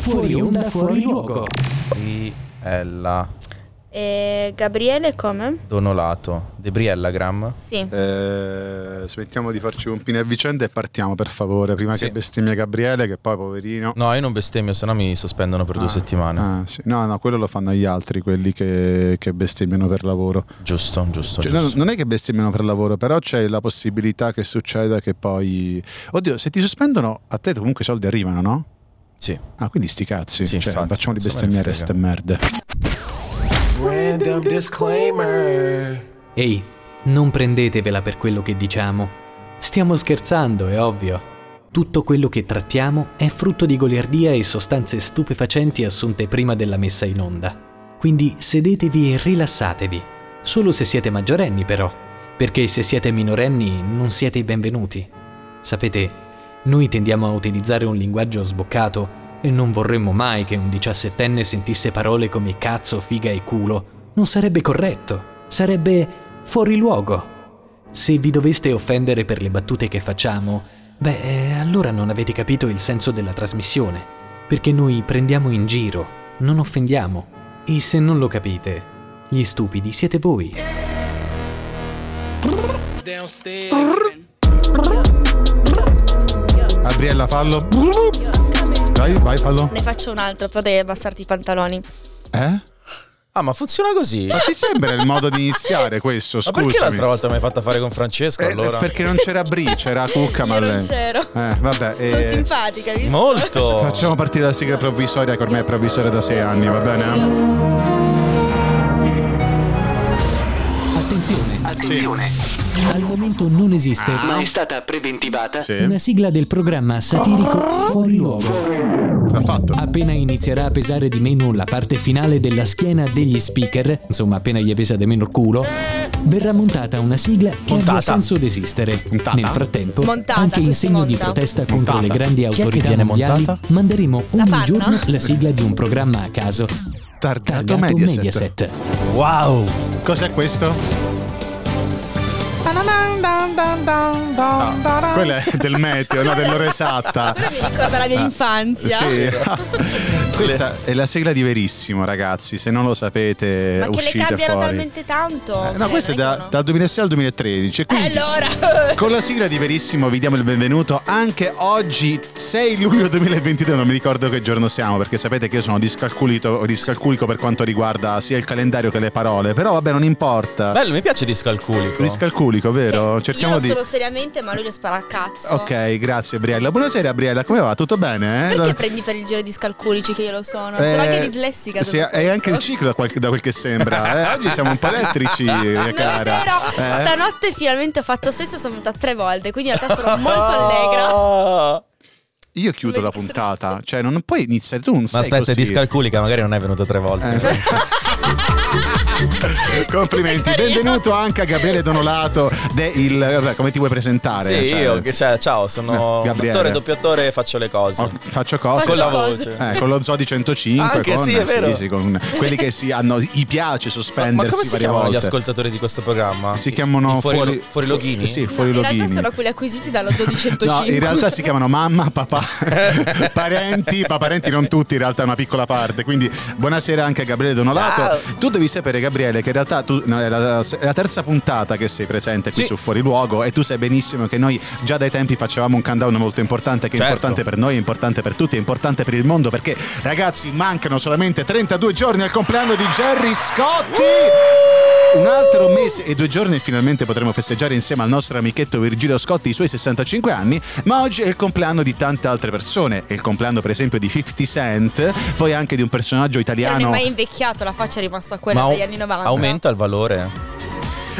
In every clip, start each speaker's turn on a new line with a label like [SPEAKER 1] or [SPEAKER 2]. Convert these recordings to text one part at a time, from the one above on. [SPEAKER 1] Fuori onda, fuori luogo.
[SPEAKER 2] Briella
[SPEAKER 3] E Gabriele come?
[SPEAKER 2] Donolato. De Briella Gram.
[SPEAKER 3] Sì.
[SPEAKER 4] Eh, smettiamo di farci compine a vicenda e partiamo per favore. Prima
[SPEAKER 2] Sì.
[SPEAKER 4] che bestemmia Gabriele, che poi poverino.
[SPEAKER 2] No, io non bestemmio, sennò mi sospendono per due
[SPEAKER 4] Ah,
[SPEAKER 2] settimane.
[SPEAKER 4] ah, sì. No, no, quello lo fanno gli altri, quelli che, che bestemmiano per lavoro.
[SPEAKER 2] Giusto, giusto.
[SPEAKER 4] Cioè,
[SPEAKER 2] giusto.
[SPEAKER 4] no, non è che bestemmiano per lavoro, però c'è la possibilità che succeda che poi. Oddio, se ti sospendono, a te comunque i soldi arrivano, no?
[SPEAKER 2] Sì.
[SPEAKER 4] Ah, quindi sti cazzi.
[SPEAKER 2] Sì,
[SPEAKER 4] cioè,
[SPEAKER 2] infatti,
[SPEAKER 4] facciamoli
[SPEAKER 2] insomma, ne
[SPEAKER 4] bestemmiare
[SPEAKER 2] frega.
[SPEAKER 4] ste merde.
[SPEAKER 5] Random disclaimer.
[SPEAKER 1] Ehi, non prendetevela per quello che diciamo. Stiamo scherzando, è ovvio. Tutto quello che trattiamo è frutto di goliardia e sostanze stupefacenti assunte prima della messa in onda. Quindi sedetevi e rilassatevi. Solo se siete maggiorenni, però, perché se siete minorenni non siete i benvenuti. Sapete, noi tendiamo a utilizzare un linguaggio sboccato e non vorremmo mai che un diciassettenne sentisse parole come cazzo, figa e culo. Non sarebbe corretto, sarebbe fuori luogo. Se vi doveste offendere per le battute che facciamo, beh, eh, allora non avete capito il senso della trasmissione, perché noi prendiamo in giro, non offendiamo. E se non lo capite, gli stupidi siete voi.
[SPEAKER 5] Downstairs.
[SPEAKER 4] Gabriella, fallo. Vai, vai, fallo.
[SPEAKER 3] Ne faccio un altro, poi devi abbassarti i pantaloni.
[SPEAKER 4] Eh?
[SPEAKER 2] Ah, ma funziona così?
[SPEAKER 4] Ma
[SPEAKER 2] Ma
[SPEAKER 4] ti sembra il modo di iniziare questo? Scusami.
[SPEAKER 2] perché l'altra volta mi hai fatta fare con Francesco
[SPEAKER 4] Eh,
[SPEAKER 2] allora?
[SPEAKER 4] Perché non c'era Bri, c'era Cucca, ma
[SPEAKER 3] Io non
[SPEAKER 4] lei-
[SPEAKER 3] c'ero.
[SPEAKER 4] Eh, vabbè.
[SPEAKER 3] Sono
[SPEAKER 4] eh,
[SPEAKER 3] simpatica, vi-
[SPEAKER 2] Molto!
[SPEAKER 4] Facciamo partire la sigla provvisoria, che ormai è provvisoria da sei anni, va bene?
[SPEAKER 1] Attenzione,
[SPEAKER 6] Attenzione,
[SPEAKER 1] al momento non esiste
[SPEAKER 6] ma è stata preventivata
[SPEAKER 1] una sigla del programma satirico fuori luogo.
[SPEAKER 4] L'ha fatto.
[SPEAKER 2] Esatto.
[SPEAKER 1] Appena inizierà a pesare di meno la parte finale della schiena degli speaker, insomma appena gli pesa di meno il culo, verrà montata una sigla che
[SPEAKER 2] Montata.
[SPEAKER 1] abbia senso d'esistere.
[SPEAKER 4] Montata.
[SPEAKER 1] Nel frattempo,
[SPEAKER 3] Montata,
[SPEAKER 1] anche in
[SPEAKER 3] questo
[SPEAKER 1] segno di
[SPEAKER 3] monta.
[SPEAKER 1] protesta contro
[SPEAKER 4] Montata.
[SPEAKER 1] le grandi
[SPEAKER 2] è che
[SPEAKER 1] autorità
[SPEAKER 2] viene
[SPEAKER 1] mondiali,
[SPEAKER 2] montata?
[SPEAKER 1] manderemo ogni
[SPEAKER 3] panna?
[SPEAKER 1] giorno la sigla di un programma a caso,
[SPEAKER 2] Ecco,
[SPEAKER 4] Targato
[SPEAKER 1] targato
[SPEAKER 4] Mediaset.
[SPEAKER 1] Mediaset.
[SPEAKER 2] Wow!
[SPEAKER 4] Cos'è questo? No, Ah, quella è del meteo, no, dell'ora esatta.
[SPEAKER 3] Quella mi ricorda la mia infanzia.
[SPEAKER 4] Ah, Sì. Questa è la sigla di Verissimo, ragazzi. Se non lo sapete,
[SPEAKER 3] Ma che le
[SPEAKER 4] Eh, uscite
[SPEAKER 3] cambiano
[SPEAKER 4] fuori.
[SPEAKER 3] talmente tanto.
[SPEAKER 4] Eh,
[SPEAKER 3] Cioè,
[SPEAKER 4] no, questa è
[SPEAKER 3] non che
[SPEAKER 4] da-
[SPEAKER 3] uno-
[SPEAKER 4] dal 2006 al 2013.
[SPEAKER 3] Eh,
[SPEAKER 4] Quindi,
[SPEAKER 3] allora.
[SPEAKER 4] Con la sigla di Verissimo vi diamo il benvenuto anche oggi 6 luglio 2022, non mi ricordo che giorno siamo perché sapete che io sono discalculito- discalculico per quanto riguarda sia il calendario che le parole, però vabbè non importa.
[SPEAKER 2] Bello, mi piace discalculico.
[SPEAKER 4] Discalculico, vero?
[SPEAKER 3] Eh,
[SPEAKER 4] Cerchiamo
[SPEAKER 3] Io lo
[SPEAKER 4] di...
[SPEAKER 3] sono seriamente, ma lui lo spara al cazzo.
[SPEAKER 4] Ok, grazie Briella. Buonasera Briella, come va? Tutto bene? eh?
[SPEAKER 3] Perché
[SPEAKER 4] Da-
[SPEAKER 3] prendi per il giro discalculici che io lo sono?
[SPEAKER 4] Eh,
[SPEAKER 3] sono anche dislessica.
[SPEAKER 4] sì,
[SPEAKER 3] dopo
[SPEAKER 4] è anche il
[SPEAKER 3] questo.
[SPEAKER 4] ciclo da quel, da quel che sembra. eh. Oggi siamo un po' elettrici, mia
[SPEAKER 3] Non è
[SPEAKER 4] cara.
[SPEAKER 3] vero,
[SPEAKER 4] Eh?
[SPEAKER 3] stanotte finalmente ho fatto sesso e sono venuta tre volte, quindi in realtà sono molto allegra.
[SPEAKER 4] Io chiudo la
[SPEAKER 3] Mentre-
[SPEAKER 4] puntata, cioè non puoi iniziare, tu non
[SPEAKER 2] Ma
[SPEAKER 4] sei
[SPEAKER 2] aspetta,
[SPEAKER 4] così.
[SPEAKER 2] discalculica magari non è venuta tre volte.
[SPEAKER 4] Eh, Complimenti, benvenuto anche a Gabriele Donolato. de- il- vabbè, come ti vuoi presentare?
[SPEAKER 2] Sì,
[SPEAKER 4] Cioè,
[SPEAKER 2] io, che- cioè, ciao, sono
[SPEAKER 4] Eh, Gabriele.
[SPEAKER 2] attore, doppiatore e faccio le cose.
[SPEAKER 4] ho- faccio cosa?
[SPEAKER 2] Con la
[SPEAKER 3] Faccio cose.
[SPEAKER 2] voce.
[SPEAKER 4] Eh, con lo Zoo di 105,
[SPEAKER 2] Anche
[SPEAKER 4] con,
[SPEAKER 2] sì, è vero.
[SPEAKER 4] sì, con quelli che si hanno, gli piace
[SPEAKER 2] Ma,
[SPEAKER 4] sospendersi
[SPEAKER 2] ma come si
[SPEAKER 4] varie
[SPEAKER 2] chiamano gli
[SPEAKER 4] volte.
[SPEAKER 2] ascoltatori di questo programma?
[SPEAKER 4] Si chiamano
[SPEAKER 2] I fuori,
[SPEAKER 4] fuori,
[SPEAKER 2] fuori loghini?
[SPEAKER 4] Sì,
[SPEAKER 3] No,
[SPEAKER 4] fuori
[SPEAKER 3] in realtà
[SPEAKER 4] loghini.
[SPEAKER 3] sono quelli acquisiti dallo zoo di 105.
[SPEAKER 4] No, in realtà si chiamano mamma, papà, parenti, ma parenti non tutti, in realtà è una piccola parte. Quindi buonasera anche a Gabriele Donolato.
[SPEAKER 2] Ciao.
[SPEAKER 4] Tu devi sapere Gabriele che in realtà tu, no, è, la, è la terza puntata che sei presente qui
[SPEAKER 2] Sì.
[SPEAKER 4] su Fuori Luogo e tu sai benissimo che noi già dai tempi facevamo un countdown molto importante che è
[SPEAKER 2] Certo.
[SPEAKER 4] importante per noi, è importante per tutti, è importante per il mondo perché ragazzi mancano solamente 32 giorni al compleanno di Jerry Scotti. Un altro mese e due giorni e finalmente potremo festeggiare insieme al nostro amichetto Virgilio Scotti i suoi 65 anni, ma oggi è il compleanno di tante altre persone, è il compleanno per esempio di 50 Cent, poi anche di un personaggio
[SPEAKER 3] Che non è
[SPEAKER 4] italiano,
[SPEAKER 3] mai invecchiato, la faccia è rimasta quella
[SPEAKER 2] Ma
[SPEAKER 3] degli
[SPEAKER 2] au-
[SPEAKER 3] anni 90.
[SPEAKER 2] Aumenta il valore.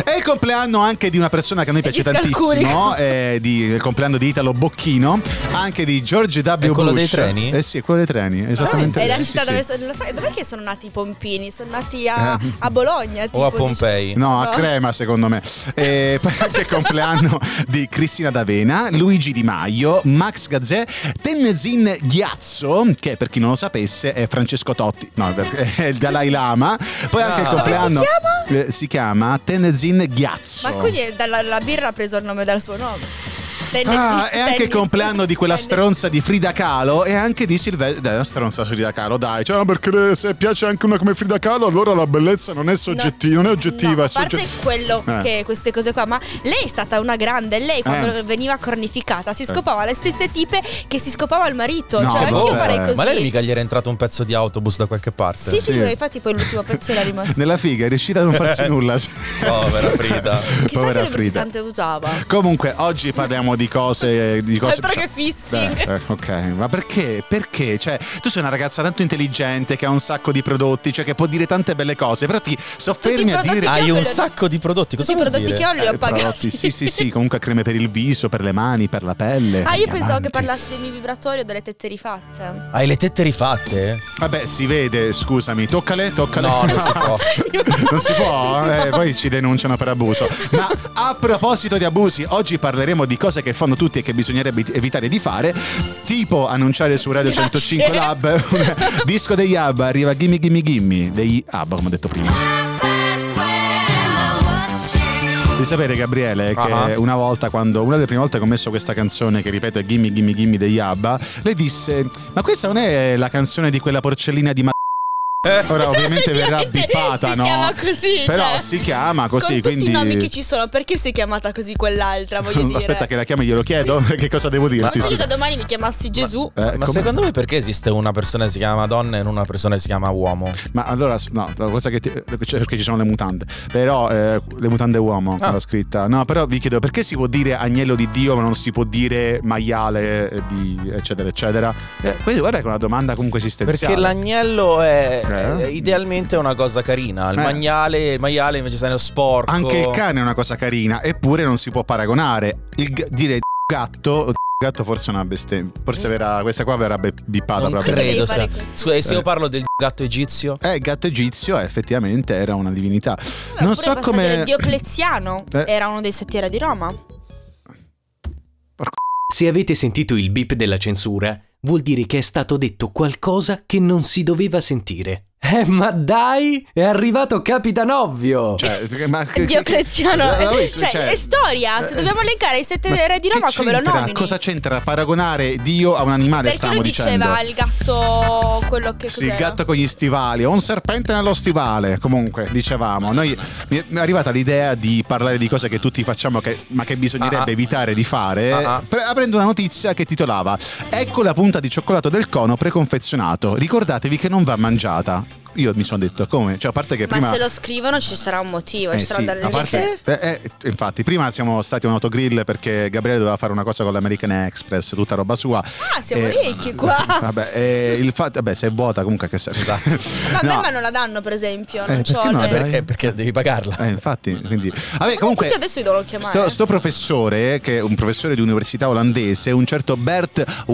[SPEAKER 4] è il compleanno anche di una persona che a noi piace
[SPEAKER 3] discalculico.
[SPEAKER 4] tantissimo, è di- il compleanno di Italo Bocchino, anche di George W.
[SPEAKER 2] È quello
[SPEAKER 4] Bush.
[SPEAKER 2] dei treni?
[SPEAKER 4] Eh sì, è quello dei treni, esattamente.
[SPEAKER 3] Ah, È la
[SPEAKER 4] Sì, sì,
[SPEAKER 3] città
[SPEAKER 4] sì.
[SPEAKER 3] dove sono- lo sai, dov'è che sono nati i pompini? Sono nati a,
[SPEAKER 4] Eh.
[SPEAKER 3] a Bologna.
[SPEAKER 2] O
[SPEAKER 3] tipo,
[SPEAKER 2] a
[SPEAKER 3] dice-
[SPEAKER 2] Pompei.
[SPEAKER 4] No, a
[SPEAKER 3] No.
[SPEAKER 4] crema secondo me. E poi anche il compleanno di Cristina D'Avena, Luigi Di Maio, Max Gazzè, Tenzin Ghiazzo, che per chi non lo sapesse è Francesco Totti, no, è il Dalai Lama. Poi anche il
[SPEAKER 2] Ah.
[SPEAKER 4] compleanno
[SPEAKER 3] Come
[SPEAKER 4] eh, si chiama Tenzin Ghiazzo.
[SPEAKER 3] Ma quindi dalla, la birra ha preso il nome dal suo nome. Tenne
[SPEAKER 4] Ah,
[SPEAKER 3] zitte,
[SPEAKER 4] è anche
[SPEAKER 3] tenne
[SPEAKER 4] il compleanno
[SPEAKER 3] zitte,
[SPEAKER 4] di quella
[SPEAKER 3] tenne-
[SPEAKER 4] stronza di Frida Kahlo e anche di Silvestre. Dai, una stronza su Frida Kahlo, dai. Cioè, no, perché se piace anche una come Frida Kahlo, allora la bellezza non è, soggetti- non è oggettiva,
[SPEAKER 3] no,
[SPEAKER 4] è
[SPEAKER 3] a parte
[SPEAKER 4] soggettiva.
[SPEAKER 3] quello
[SPEAKER 4] Eh.
[SPEAKER 3] che queste cose qua, ma lei è stata una grande. Lei quando
[SPEAKER 4] Eh.
[SPEAKER 3] veniva cornificata si scopava le stesse tipe che si scopava il marito.
[SPEAKER 4] No,
[SPEAKER 3] cioè,
[SPEAKER 4] vabbè.
[SPEAKER 3] anch'io farei così.
[SPEAKER 2] Ma lei mica gli era entrato un pezzo di autobus da qualche parte?
[SPEAKER 3] Sì, sì,
[SPEAKER 4] Sì.
[SPEAKER 3] infatti poi l'ultimo pezzo era rimasto.
[SPEAKER 4] Nella figa è riuscita a non farsi nulla.
[SPEAKER 2] Eh. Povera Frida.
[SPEAKER 3] Chissà
[SPEAKER 4] Povera
[SPEAKER 3] che
[SPEAKER 4] Frida.
[SPEAKER 3] lubrificante usava.
[SPEAKER 4] Comunque, oggi parliamo di cose. Di cose
[SPEAKER 3] Altro Eh, che fisting.
[SPEAKER 4] Eh, eh, ok, ma perché? Perché? Cioè, tu sei una ragazza tanto intelligente che ha un sacco di prodotti, cioè che può dire tante belle cose, però ti soffermi a
[SPEAKER 3] prodotti
[SPEAKER 4] dire.
[SPEAKER 3] che
[SPEAKER 2] Hai un
[SPEAKER 3] quello-
[SPEAKER 2] sacco di prodotti. Cosa
[SPEAKER 3] Tutti i
[SPEAKER 2] vuol
[SPEAKER 3] prodotti
[SPEAKER 2] dire?
[SPEAKER 3] che ho li ho
[SPEAKER 4] Eh,
[SPEAKER 3] pagati.
[SPEAKER 4] prodotti, Sì, sì, Eh, sì, comunque creme per il viso, per le mani, per la pelle.
[SPEAKER 3] Ah, io
[SPEAKER 4] andiamo
[SPEAKER 3] pensavo che
[SPEAKER 4] avanti.
[SPEAKER 3] parlassi dei miei vibratori o delle tette rifatte.
[SPEAKER 2] Hai le tette rifatte?
[SPEAKER 4] Vabbè, si vede, scusami, toccale, toccale.
[SPEAKER 2] No, non si può.
[SPEAKER 4] Non si può? Eh, poi ci denunciano per abuso. Ma a proposito di abusi, oggi parleremo di cose che fanno tutti e che bisognerebbe evitare di fare, tipo annunciare su Radio
[SPEAKER 3] Grazie.
[SPEAKER 4] 105 Lab un disco degli ABBA, arriva Gimme Gimme Gimme degli ABBA, come ho detto prima. Devi sapere Gabriele che
[SPEAKER 2] Ah.
[SPEAKER 4] una volta quando una delle prime volte che ho messo questa canzone che ripeto è Gimme Gimme Gimme degli ABBA, lei disse "Ma questa non è la canzone di quella porcellina di ma Ora ovviamente verrà bipata,
[SPEAKER 3] si
[SPEAKER 4] no?
[SPEAKER 3] chiama così.
[SPEAKER 4] Però
[SPEAKER 3] cioè,
[SPEAKER 4] si chiama così,
[SPEAKER 3] con tutti
[SPEAKER 4] quindi
[SPEAKER 3] i nomi che ci sono, perché si è chiamata così quell'altra? Voglio dire.
[SPEAKER 4] Aspetta che la chiami, glielo chiedo, che cosa devo
[SPEAKER 3] Ma
[SPEAKER 4] dirti?
[SPEAKER 3] se io da
[SPEAKER 4] scusa?
[SPEAKER 3] domani mi chiamassi Gesù.
[SPEAKER 4] Eh,
[SPEAKER 2] Ma
[SPEAKER 4] come-
[SPEAKER 2] secondo me perché esiste una persona che si chiama donna e non una persona che si chiama uomo?
[SPEAKER 4] Ma allora, no, la cosa che ti- cioè, perché ci sono le mutande, però eh, le mutande uomo,
[SPEAKER 2] Ah.
[SPEAKER 4] la scritta. No, però vi chiedo perché si può dire agnello di Dio, ma non si può dire maiale eh, di eccetera, eccetera. Eh, questa, guarda che è una domanda comunque esistenziale.
[SPEAKER 2] Perché l'agnello è
[SPEAKER 4] Eh?
[SPEAKER 2] è idealmente una cosa carina, il
[SPEAKER 4] Eh.
[SPEAKER 2] maiale, il maiale invece sai, è sporco.
[SPEAKER 4] Anche il cane è una cosa carina, eppure non si può paragonare. Il g- dire gatto o gatto forse è una bestemmia. Forse verrà, questa qua verrà be- bippata
[SPEAKER 2] Non
[SPEAKER 4] proprio.
[SPEAKER 2] credo.
[SPEAKER 3] Devi
[SPEAKER 2] sia-
[SPEAKER 3] fare questo.
[SPEAKER 2] Scusa, e se
[SPEAKER 4] Eh.
[SPEAKER 2] io parlo del gatto egizio?
[SPEAKER 4] Eh, il gatto egizio eh, effettivamente era una divinità.
[SPEAKER 3] Eh,
[SPEAKER 4] non so
[SPEAKER 3] Oppure basta dire
[SPEAKER 4] come...
[SPEAKER 3] Diocleziano
[SPEAKER 4] Eh.
[SPEAKER 3] era uno dei sette di Roma.
[SPEAKER 1] Se avete sentito il beep della censura, vuol dire che è stato detto qualcosa che non si doveva sentire. Eh, ma dai! È arrivato Capitan Ovvio!
[SPEAKER 4] Cioè, ma che-
[SPEAKER 3] Diocleziano,
[SPEAKER 4] che- che-
[SPEAKER 3] eh, cioè, è storia, se
[SPEAKER 4] eh,
[SPEAKER 3] dobbiamo elencare i sette
[SPEAKER 4] ma
[SPEAKER 3] re di Roma,
[SPEAKER 4] che
[SPEAKER 3] come lo
[SPEAKER 4] c'entra?
[SPEAKER 3] nomini?
[SPEAKER 4] Cosa c'entra paragonare Dio a un animale?
[SPEAKER 3] Perché
[SPEAKER 4] stiamo
[SPEAKER 3] lui
[SPEAKER 4] dicendo.
[SPEAKER 3] diceva il gatto quello che
[SPEAKER 4] Sì, il
[SPEAKER 3] cos'era?
[SPEAKER 4] gatto con gli stivali, o un serpente nello stivale. Comunque, dicevamo, noi mi mi è arrivata l'idea di parlare di cose che tutti facciamo, che- ma che bisognerebbe
[SPEAKER 2] Ah.
[SPEAKER 4] evitare di fare.
[SPEAKER 2] Ah, ah.
[SPEAKER 4] pre- aprendo una notizia che titolava: Ecco la punta di cioccolato del cono preconfezionato. Ricordatevi che non va mangiata. Io mi sono detto, come? Cioè, a parte che
[SPEAKER 3] Ma
[SPEAKER 4] prima.
[SPEAKER 3] se lo scrivono ci sarà un motivo,
[SPEAKER 4] Eh
[SPEAKER 3] ci sarà
[SPEAKER 4] sì,
[SPEAKER 3] delle
[SPEAKER 4] a parte- eh, eh, infatti, prima siamo stati a un autogrill perché Gabriele doveva fare una cosa con l'American Express, tutta roba sua.
[SPEAKER 3] Ah, siamo
[SPEAKER 4] Eh,
[SPEAKER 3] ricchi qua.
[SPEAKER 4] Vabbè, eh, il fatto, vabbè, se è vuota comunque che serve.
[SPEAKER 3] Ma a me
[SPEAKER 4] No,
[SPEAKER 3] ma non la danno, per esempio,
[SPEAKER 4] Eh,
[SPEAKER 3] non
[SPEAKER 4] perché
[SPEAKER 3] c'ho
[SPEAKER 4] no,
[SPEAKER 3] le-
[SPEAKER 4] dai.
[SPEAKER 2] Perché? Perché devi pagarla.
[SPEAKER 4] eh, infatti, quindi. Vabbè, comunque.
[SPEAKER 3] tutti adesso li devono chiamare.
[SPEAKER 4] Sto, sto professore, che è un professore di università olandese, un certo Bert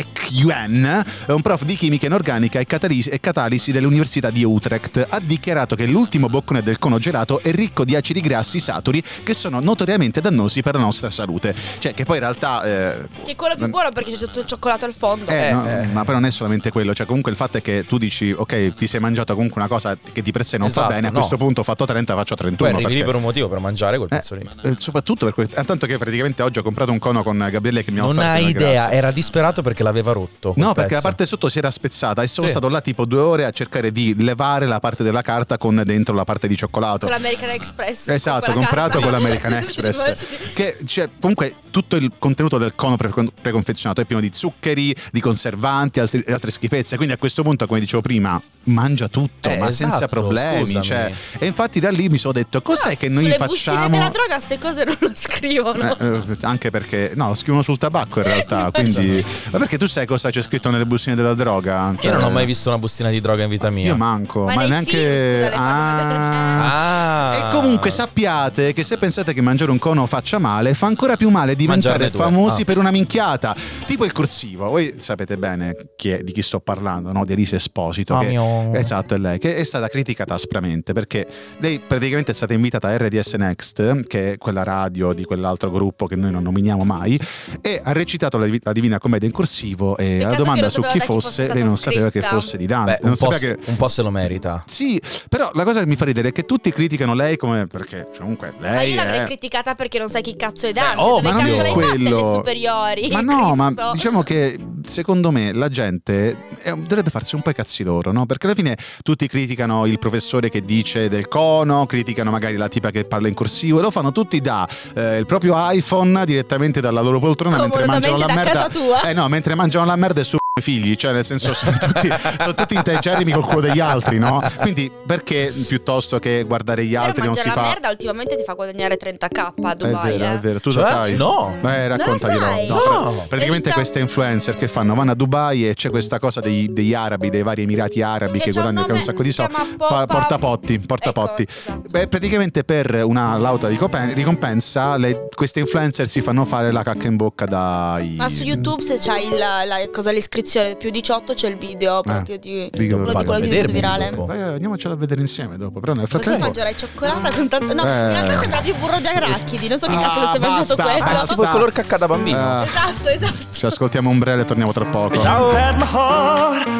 [SPEAKER 4] Weckjuen, è un prof di chimica inorganica e, catalisi, e catalisi dell'Università di Utrecht, ha dichiarato che l'ultimo boccone del cono gelato è ricco di acidi grassi saturi che sono notoriamente dannosi per la nostra salute. Cioè, che poi in realtà. eh,
[SPEAKER 3] Che è quello più buono perché c'è tutto il cioccolato al fondo.
[SPEAKER 4] eh,
[SPEAKER 2] Eh,
[SPEAKER 4] no,
[SPEAKER 2] eh.
[SPEAKER 4] ma però non è solamente quello, cioè comunque il fatto è che tu dici ok ti sei mangiato comunque una cosa che di per sé non
[SPEAKER 2] Esatto,
[SPEAKER 4] fa bene, a
[SPEAKER 2] no.
[SPEAKER 4] questo punto ho fatto 30 faccio
[SPEAKER 2] Tu
[SPEAKER 4] 31.
[SPEAKER 2] arrivi lì
[SPEAKER 4] perché-
[SPEAKER 2] per un motivo per mangiare quel pezzo lì.
[SPEAKER 4] eh, eh, soprattutto per quel... eh, tanto che praticamente oggi ho comprato un cono con Gabriele che mi ha
[SPEAKER 2] Non
[SPEAKER 4] offerto
[SPEAKER 2] hai
[SPEAKER 4] una
[SPEAKER 2] idea,
[SPEAKER 4] grazia.
[SPEAKER 2] era disperato perché l'aveva rotto. quel
[SPEAKER 4] No, perché la
[SPEAKER 2] pezzo.
[SPEAKER 4] parte sotto si era spezzata e sono
[SPEAKER 2] Sì.
[SPEAKER 4] stato là tipo due ore a cercare di levare la parte della carta con dentro la parte di cioccolato.
[SPEAKER 3] Con l'American Express.
[SPEAKER 4] Esatto,
[SPEAKER 3] quella
[SPEAKER 4] comprato
[SPEAKER 3] carta.
[SPEAKER 4] con l'American Express. che cioè, comunque tutto il contenuto del cono pre- preconfezionato è pieno di zuccheri, di conservanti, altri- altre schifezze. Quindi a questo punto, come dicevo prima, mangia tutto,
[SPEAKER 2] Eh,
[SPEAKER 4] ma senza
[SPEAKER 2] esatto,
[SPEAKER 4] problemi.
[SPEAKER 2] scusami.
[SPEAKER 4] cioè. E infatti da lì mi sono detto: cos'è che noi
[SPEAKER 3] Sulle bustine
[SPEAKER 4] facciamo?
[SPEAKER 3] della droga queste cose non lo scrivono.
[SPEAKER 4] Eh, eh, anche perché no, lo scrivono sul tabacco in realtà, quindi ma perché tu sai cosa c'è scritto nelle bustine della droga?
[SPEAKER 2] Esatto. Io
[SPEAKER 4] Cioè,
[SPEAKER 2] non ho mai visto una bustina di droga in vita mia.
[SPEAKER 4] Io manco,
[SPEAKER 3] Ma
[SPEAKER 4] ma,
[SPEAKER 3] nei
[SPEAKER 4] neanche
[SPEAKER 3] film, scusa, le
[SPEAKER 4] ah.
[SPEAKER 2] Ah.
[SPEAKER 4] E comunque sappiate che se pensate che mangiare un cono faccia male, fa ancora più male diventare
[SPEAKER 2] Mangiarne due.
[SPEAKER 4] famosi
[SPEAKER 2] Ah.
[SPEAKER 4] per una minchiata. Tipo il corsivo. Voi sapete bene chi è- di chi sto parlando, no? Di Elise Esposito.
[SPEAKER 2] Ah,
[SPEAKER 4] che-
[SPEAKER 2] mio.
[SPEAKER 4] Esatto, è lei, che è stata criticata aspramente perché lei praticamente è stata invitata a RDS Next, che è quella radio di quell'altro gruppo che noi non nominiamo mai, e ha recitato la, Div- la Divina Commedia in corsivo e
[SPEAKER 3] Peccato
[SPEAKER 4] alla domanda
[SPEAKER 3] che non
[SPEAKER 4] su
[SPEAKER 3] sapeva
[SPEAKER 4] chi
[SPEAKER 3] da chi
[SPEAKER 4] fosse,
[SPEAKER 3] fosse
[SPEAKER 4] lei non
[SPEAKER 3] stata
[SPEAKER 4] sapeva che
[SPEAKER 3] scritta.
[SPEAKER 4] fosse di Dante.
[SPEAKER 2] Beh,
[SPEAKER 4] non
[SPEAKER 2] un, po',
[SPEAKER 4] sapeva che...
[SPEAKER 2] un po' se lo merita.
[SPEAKER 4] Sì, però la cosa che mi fa ridere è che tutti criticano lei come perché comunque
[SPEAKER 3] Ma
[SPEAKER 4] lei
[SPEAKER 3] io l'avrei
[SPEAKER 4] è
[SPEAKER 3] criticata perché non sai chi cazzo è Dante.
[SPEAKER 2] oh,
[SPEAKER 3] dove
[SPEAKER 2] ma non
[SPEAKER 3] cazzo l'hai
[SPEAKER 2] dico
[SPEAKER 3] fatta le superiori?
[SPEAKER 4] Ma no, ma
[SPEAKER 3] Cristo.
[SPEAKER 4] diciamo che secondo me la gente eh, dovrebbe farsi un po' i cazzi loro, no? Perché alla fine tutti criticano il professore che dice del cono, criticano magari la tipa che parla in corsivo e lo fanno tutti da eh, il proprio iPhone direttamente dalla loro poltrona mentre mangiano
[SPEAKER 3] Comodamente
[SPEAKER 4] la
[SPEAKER 3] da
[SPEAKER 4] merda.
[SPEAKER 3] casa tua.
[SPEAKER 4] Eh no, mentre mangiano la merda e su i figli, cioè nel senso sono tutti, sono tutti integerrimi col culo degli altri, no? Quindi perché piuttosto che guardare gli altri
[SPEAKER 3] Però
[SPEAKER 4] non si
[SPEAKER 3] mangiare la
[SPEAKER 4] fa...
[SPEAKER 3] merda ultimamente ti fa guadagnare 30k a
[SPEAKER 4] È
[SPEAKER 3] Dubai.
[SPEAKER 4] vero,
[SPEAKER 3] eh.
[SPEAKER 4] è vero, tu lo
[SPEAKER 2] Cioè?
[SPEAKER 4] sai.
[SPEAKER 2] No.
[SPEAKER 4] Eh, raccontaglielo.
[SPEAKER 7] sai?
[SPEAKER 4] No,
[SPEAKER 2] No.
[SPEAKER 4] pra- praticamente
[SPEAKER 3] Boh, È
[SPEAKER 4] queste influencer che fanno vanno a Dubai e c'è questa cosa dei- degli arabi, dei vari Emirati Arabi che,
[SPEAKER 3] Che c'ha un
[SPEAKER 4] guadagnano un
[SPEAKER 3] nome,
[SPEAKER 4] sacco di
[SPEAKER 3] si
[SPEAKER 4] soldi.
[SPEAKER 3] chiama Popa-
[SPEAKER 4] Pa- portapotti, portapotti.
[SPEAKER 3] Ecco, esatto.
[SPEAKER 4] Beh, praticamente per una lauta di copen- ricompensa le- queste influencer si fanno fare la cacca in bocca dai
[SPEAKER 3] Ma su YouTube se c'hai il- la, cosa, l'iscrizione più 18 c'è il
[SPEAKER 4] Eh,
[SPEAKER 3] video proprio di...
[SPEAKER 4] Dico,
[SPEAKER 3] Uno
[SPEAKER 4] vai,
[SPEAKER 3] di quello che è
[SPEAKER 2] vedermi
[SPEAKER 3] diventato virale.
[SPEAKER 2] dopo.
[SPEAKER 4] vai, andiamocelo a vedere insieme dopo, però nel
[SPEAKER 3] Così
[SPEAKER 4] frattempo
[SPEAKER 3] mangerai cioccolata con tanto... No,
[SPEAKER 4] Eh.
[SPEAKER 3] in realtà sembra più burro di arachidi. Non so che
[SPEAKER 4] Ah,
[SPEAKER 3] cazzo avesse mangiato
[SPEAKER 4] basta,
[SPEAKER 3] quello.
[SPEAKER 4] basta.
[SPEAKER 2] Ah, tipo il color cacca da bambino.
[SPEAKER 4] Eh,
[SPEAKER 3] Esatto, esatto.
[SPEAKER 4] ci ascoltiamo Umbrella e torniamo tra poco.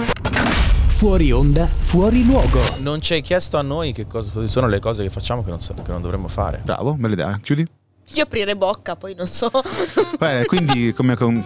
[SPEAKER 1] Fuori onda, fuori luogo.
[SPEAKER 2] Non ci hai chiesto a noi che cosa sono le cose che facciamo che non, sa- che non dovremmo fare.
[SPEAKER 4] Bravo, bella idea. Chiudi.
[SPEAKER 3] Io aprire bocca, poi non so.
[SPEAKER 4] Bene, quindi come, con-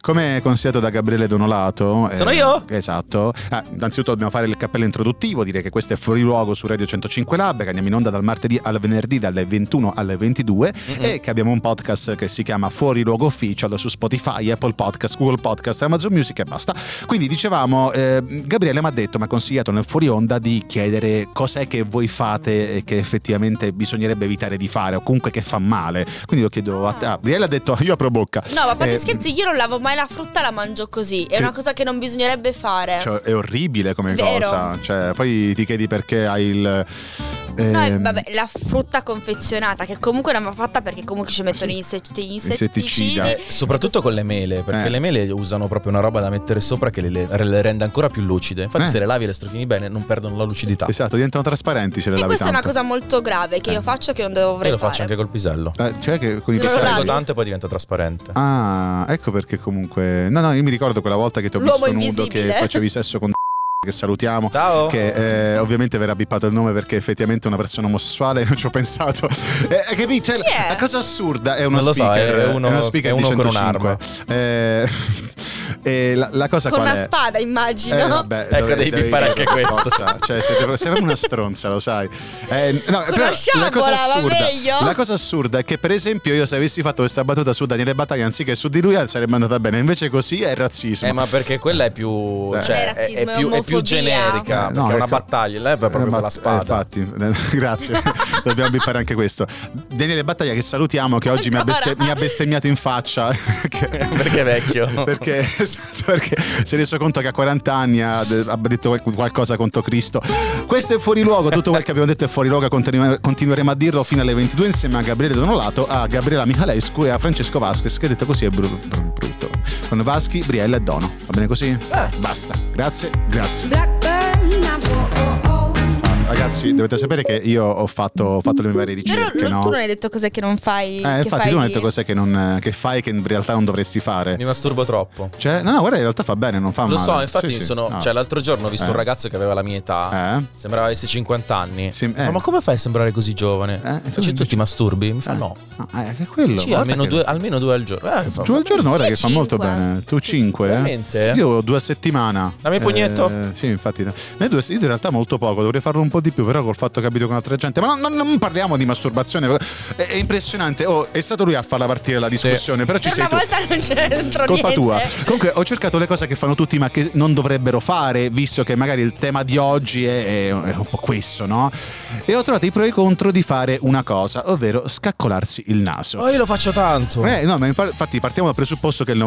[SPEAKER 4] come consigliato da Gabriele Donolato... eh,
[SPEAKER 2] Sono io?
[SPEAKER 4] Esatto. Ah, innanzitutto dobbiamo fare il cappello introduttivo, dire che questo è fuori luogo su Radio 105 Lab, che andiamo in onda dal martedì al venerdì dalle 21 alle 22 e che abbiamo un podcast che si chiama Fuori Luogo Official su Spotify, Apple Podcast, Google Podcast, Amazon Music e basta. Quindi dicevamo, eh, Gabriele mi ha detto, mi ha consigliato nel fuori onda di chiedere cos'è che voi fate e che effettivamente bisognerebbe evitare di fare o comunque che fa male. Quindi io chiedo a te, ah, Gabriele ha detto io apro bocca.
[SPEAKER 3] No, ma a parte
[SPEAKER 4] Eh,
[SPEAKER 3] scherzi, io non lavo mai la frutta, la mangio così. È
[SPEAKER 4] Che-
[SPEAKER 3] una cosa che non bisognerebbe fare.
[SPEAKER 4] cioè, è orribile come
[SPEAKER 3] Vero.
[SPEAKER 4] cosa. Cioè, poi ti chiedi perché hai il.
[SPEAKER 3] No,
[SPEAKER 4] ehm,
[SPEAKER 3] vabbè, la frutta confezionata, che comunque non va fatta perché comunque ci mettono gli, insetti, gli
[SPEAKER 4] Insetticida.
[SPEAKER 3] insetticidi.
[SPEAKER 4] Eh,
[SPEAKER 2] Soprattutto con le mele, perché
[SPEAKER 4] Eh.
[SPEAKER 2] le mele usano proprio una roba da mettere sopra che le, le- le rende ancora più lucide. Infatti,
[SPEAKER 4] Eh.
[SPEAKER 2] se le lavi e le strofini bene, non perdono la lucidità.
[SPEAKER 4] Esatto, diventano trasparenti se le
[SPEAKER 3] E
[SPEAKER 4] lavi
[SPEAKER 3] questa è una
[SPEAKER 4] tanto.
[SPEAKER 3] cosa molto grave che io faccio che non
[SPEAKER 2] Io
[SPEAKER 3] dovrei
[SPEAKER 2] Eh, lo
[SPEAKER 3] fare.
[SPEAKER 2] faccio anche col pisello.
[SPEAKER 4] Eh, cioè, che con
[SPEAKER 3] Non
[SPEAKER 4] i
[SPEAKER 2] Lo
[SPEAKER 3] lo
[SPEAKER 4] piselli-
[SPEAKER 2] Strego
[SPEAKER 3] lavi?
[SPEAKER 2] tanto e poi diventa trasparente.
[SPEAKER 4] Ah, ecco perché comunque. No, no, io mi ricordo quella volta che ti ho
[SPEAKER 3] L'uomo
[SPEAKER 4] visto nudo
[SPEAKER 3] invisibile.
[SPEAKER 4] che facevi sesso con che salutiamo.
[SPEAKER 2] Ciao!
[SPEAKER 4] Che eh, ovviamente verrà bippato il nome perché effettivamente è una persona omosessuale, non ci ho pensato. Eh, Hai capito? Cioè,
[SPEAKER 3] Chi è?
[SPEAKER 4] La cosa assurda è uno
[SPEAKER 2] Non lo so,
[SPEAKER 4] speaker.
[SPEAKER 2] è uno-
[SPEAKER 4] speaker
[SPEAKER 2] è uno
[SPEAKER 4] di
[SPEAKER 2] con
[SPEAKER 4] 105. Eh, e la, la cosa
[SPEAKER 3] Con
[SPEAKER 4] qual
[SPEAKER 3] una
[SPEAKER 4] è?
[SPEAKER 3] spada, immagino.
[SPEAKER 4] Eh, vabbè,
[SPEAKER 2] Ecco, devi pippare anche
[SPEAKER 4] per
[SPEAKER 2] questo.
[SPEAKER 4] forza. Cioè, sei proprio, sei proprio una stronza, lo sai. Eh, no, però la cosa
[SPEAKER 3] sciabola, va
[SPEAKER 4] assurda,
[SPEAKER 3] meglio.
[SPEAKER 4] la cosa assurda è che, per esempio, io se avessi fatto questa battuta su Daniele Battaglia anziché su di lui eh, sarebbe andata bene. Invece, così è razzismo.
[SPEAKER 2] Eh, ma perché quella è più. Cioè,
[SPEAKER 3] Non
[SPEAKER 4] Eh.
[SPEAKER 3] è
[SPEAKER 2] è, è
[SPEAKER 3] razzismo, è
[SPEAKER 2] più, è più
[SPEAKER 3] omofobia.
[SPEAKER 2] generica.
[SPEAKER 4] Eh,
[SPEAKER 2] perché
[SPEAKER 4] no,
[SPEAKER 2] è una
[SPEAKER 4] ecco.
[SPEAKER 2] battaglia. Lei è proprio
[SPEAKER 4] Eh, ma-
[SPEAKER 2] con la
[SPEAKER 4] eh,
[SPEAKER 2] spada.
[SPEAKER 4] infatti, grazie. Dobbiamo bippare anche questo. Daniele Battaglia, che salutiamo, che oggi mi ha, beste-
[SPEAKER 3] Ancora?
[SPEAKER 4] mi ha bestemmiato in faccia. perché-
[SPEAKER 2] perché è vecchio.
[SPEAKER 4] perché, esatto, perché si è reso conto che a 40 anni ha, ha detto qual- qualcosa contro Cristo. Questo è fuori luogo, tutto quel che abbiamo detto è fuori luogo, continu- continueremo a dirlo fino alle 22 insieme a Gabriele Donolato, a Gabriela Michalescu e a Francesco Vasquez, che detto così è bru- bru- brutto. Con Vaschi, Briella e Dono, va bene così?
[SPEAKER 2] Eh.
[SPEAKER 4] Basta, grazie, grazie.
[SPEAKER 7] Blackburn, now, oh, oh, oh.
[SPEAKER 4] Ah, Ragazzi, dovete sapere che io ho fatto, ho fatto le mie varie
[SPEAKER 3] Però
[SPEAKER 4] ricerche,
[SPEAKER 3] non-
[SPEAKER 4] no?
[SPEAKER 3] tu non hai detto cos'è che non fai.
[SPEAKER 4] Eh,
[SPEAKER 3] che
[SPEAKER 4] infatti
[SPEAKER 3] fai
[SPEAKER 4] tu non hai
[SPEAKER 3] di-
[SPEAKER 4] detto cose che, non, che fai che in realtà non dovresti fare.
[SPEAKER 2] Mi masturbo troppo.
[SPEAKER 4] Cioè, no, no, guarda, in realtà fa bene, non fa
[SPEAKER 2] Lo
[SPEAKER 4] male.
[SPEAKER 2] so, infatti,
[SPEAKER 4] Sì, sì,
[SPEAKER 2] sono-
[SPEAKER 4] no.
[SPEAKER 2] cioè, l'altro giorno ho visto
[SPEAKER 4] Eh.
[SPEAKER 2] un ragazzo che aveva la mia età.
[SPEAKER 4] Eh?
[SPEAKER 2] Sembrava avesse 50 anni.
[SPEAKER 4] Sì, eh.
[SPEAKER 2] Fa, Ma come fai a sembrare così giovane?
[SPEAKER 4] Eh, tu
[SPEAKER 2] Faccio, tu
[SPEAKER 4] invece-
[SPEAKER 2] ti masturbi? Mi fa
[SPEAKER 4] Eh.
[SPEAKER 2] no.
[SPEAKER 4] Ah, eh, che è quello.
[SPEAKER 2] Sì,
[SPEAKER 4] guarda
[SPEAKER 2] almeno,
[SPEAKER 4] che-
[SPEAKER 2] due, almeno due al giorno. Eh, fa-
[SPEAKER 4] Tu al giorno, guarda
[SPEAKER 3] Sì,
[SPEAKER 4] che fa molto
[SPEAKER 3] cinque.
[SPEAKER 4] bene. Tu 5,
[SPEAKER 2] Veramente?
[SPEAKER 4] eh? Io ho due a settimana.
[SPEAKER 2] Dammi il pugnetto.
[SPEAKER 4] Eh, sì, infatti. no. Noi due, io in realtà molto poco, dovrei farlo un po' di più, però col fatto che abito con altra gente. Ma no- non, non parliamo di masturbazione. eh, È, è impressionante. Oh, è stato lui a farla partire la discussione, però ci
[SPEAKER 3] Per
[SPEAKER 4] sei
[SPEAKER 3] una
[SPEAKER 4] tu.
[SPEAKER 3] volta non c'entro
[SPEAKER 4] Colpa
[SPEAKER 3] niente.
[SPEAKER 4] tua. Comunque ho cercato le cose che fanno tutti ma che non dovrebbero fare, visto che magari il tema di oggi è, è un po' questo, no? E ho trovato i pro e i contro di fare una cosa, ovvero scaccolarsi il naso.
[SPEAKER 2] Oh, io lo faccio tanto.
[SPEAKER 4] Eh, no, ma infa- infatti partiamo dal presupposto che il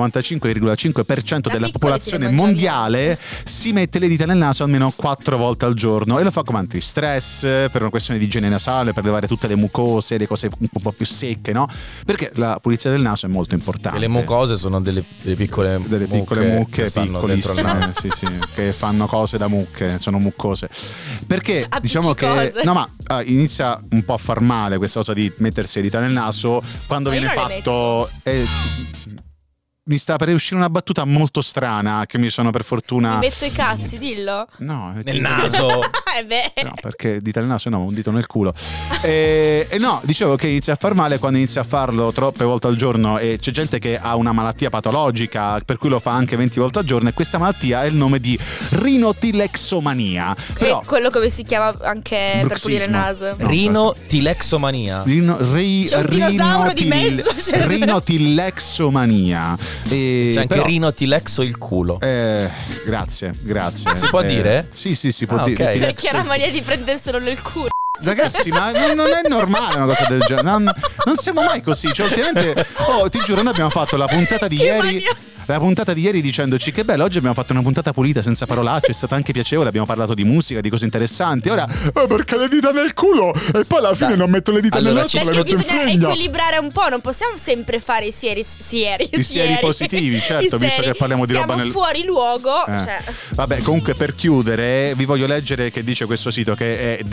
[SPEAKER 3] Da
[SPEAKER 4] 95,5% della
[SPEAKER 3] piccoli
[SPEAKER 4] popolazione
[SPEAKER 3] te le mangiavi.
[SPEAKER 4] mondiale si mette le dita nel naso almeno 4 volte al giorno e lo fa come antistress, eh, per una questione di igiene nasale, per levare tutte le mucose, le cose un po' più secche, no? Perché la pulizia del naso è molto importante.
[SPEAKER 2] E le mucose sono delle, delle piccole
[SPEAKER 4] delle piccole mucche,
[SPEAKER 2] che stanno dentro il
[SPEAKER 4] piccolissime,
[SPEAKER 2] naso.
[SPEAKER 4] sì, sì, che fanno cose da mucche, sono muccose. Perché diciamo che
[SPEAKER 3] Appiccicose.
[SPEAKER 4] no, ma ah, inizia un po' a far male questa cosa di mettersi le dita nel naso quando
[SPEAKER 3] Ma io
[SPEAKER 4] viene
[SPEAKER 3] non le
[SPEAKER 4] fatto eh, mi sta per uscire una battuta molto strana che mi sono per fortuna...
[SPEAKER 3] Mi metto i cazzi, dillo.
[SPEAKER 4] No, eh,
[SPEAKER 2] Nel naso.
[SPEAKER 3] Eh beh.
[SPEAKER 4] No, perché di naso no, un dito nel culo. E, e no, dicevo che inizia a far male quando inizia a farlo troppe volte al giorno e c'è gente che ha una malattia patologica per cui lo fa anche 20 volte al giorno e questa malattia è il nome di rinotilexomania. Però
[SPEAKER 3] E quello come si chiama anche per pulire il naso.
[SPEAKER 4] bruxismo. No,
[SPEAKER 2] Rino tilexomania.
[SPEAKER 4] Rino, ri,
[SPEAKER 3] C'è un dinosauro di
[SPEAKER 4] rinotil-
[SPEAKER 3] mezzo, c'è-
[SPEAKER 4] Rinotilexomania. E
[SPEAKER 2] C'è anche
[SPEAKER 4] però-
[SPEAKER 2] Rino tilexo il culo.
[SPEAKER 4] eh, grazie, grazie.
[SPEAKER 2] Si può
[SPEAKER 4] Eh,
[SPEAKER 2] dire?
[SPEAKER 4] Sì, sì, si può
[SPEAKER 2] Ah,
[SPEAKER 4] dire.
[SPEAKER 2] ok.
[SPEAKER 4] Rinotilexo-
[SPEAKER 3] Perché era mania di prenderselo nel culo.
[SPEAKER 4] Ragazzi, ma non, non è normale una cosa del genere. Non, non siamo mai così. Cioè, ultimamente, oh, ti giuro, noi abbiamo fatto la puntata di
[SPEAKER 3] Che
[SPEAKER 4] ieri.
[SPEAKER 3] mania.
[SPEAKER 4] La puntata di ieri dicendoci che bello, oggi abbiamo fatto una puntata pulita, senza parolacce, è stata anche piacevole, abbiamo parlato di musica, di cose interessanti. Ora, "Eh, perché le dita nel culo? E poi alla fine
[SPEAKER 2] Dai.
[SPEAKER 4] non metto le dita
[SPEAKER 2] Allora,
[SPEAKER 4] nel naso,
[SPEAKER 2] ci
[SPEAKER 4] ma le
[SPEAKER 3] Perché
[SPEAKER 4] metto in
[SPEAKER 3] bisogna
[SPEAKER 4] fregna.
[SPEAKER 3] equilibrare un po', non possiamo sempre fare i sieri, sieri,
[SPEAKER 4] I sieri positivi, certo,
[SPEAKER 3] I
[SPEAKER 4] visto
[SPEAKER 3] sieri.
[SPEAKER 4] che parliamo di
[SPEAKER 3] Siamo
[SPEAKER 4] roba nel-
[SPEAKER 3] fuori luogo,
[SPEAKER 4] Eh.
[SPEAKER 3] cioè,
[SPEAKER 4] Vabbè, comunque per chiudere vi voglio leggere che dice questo sito che è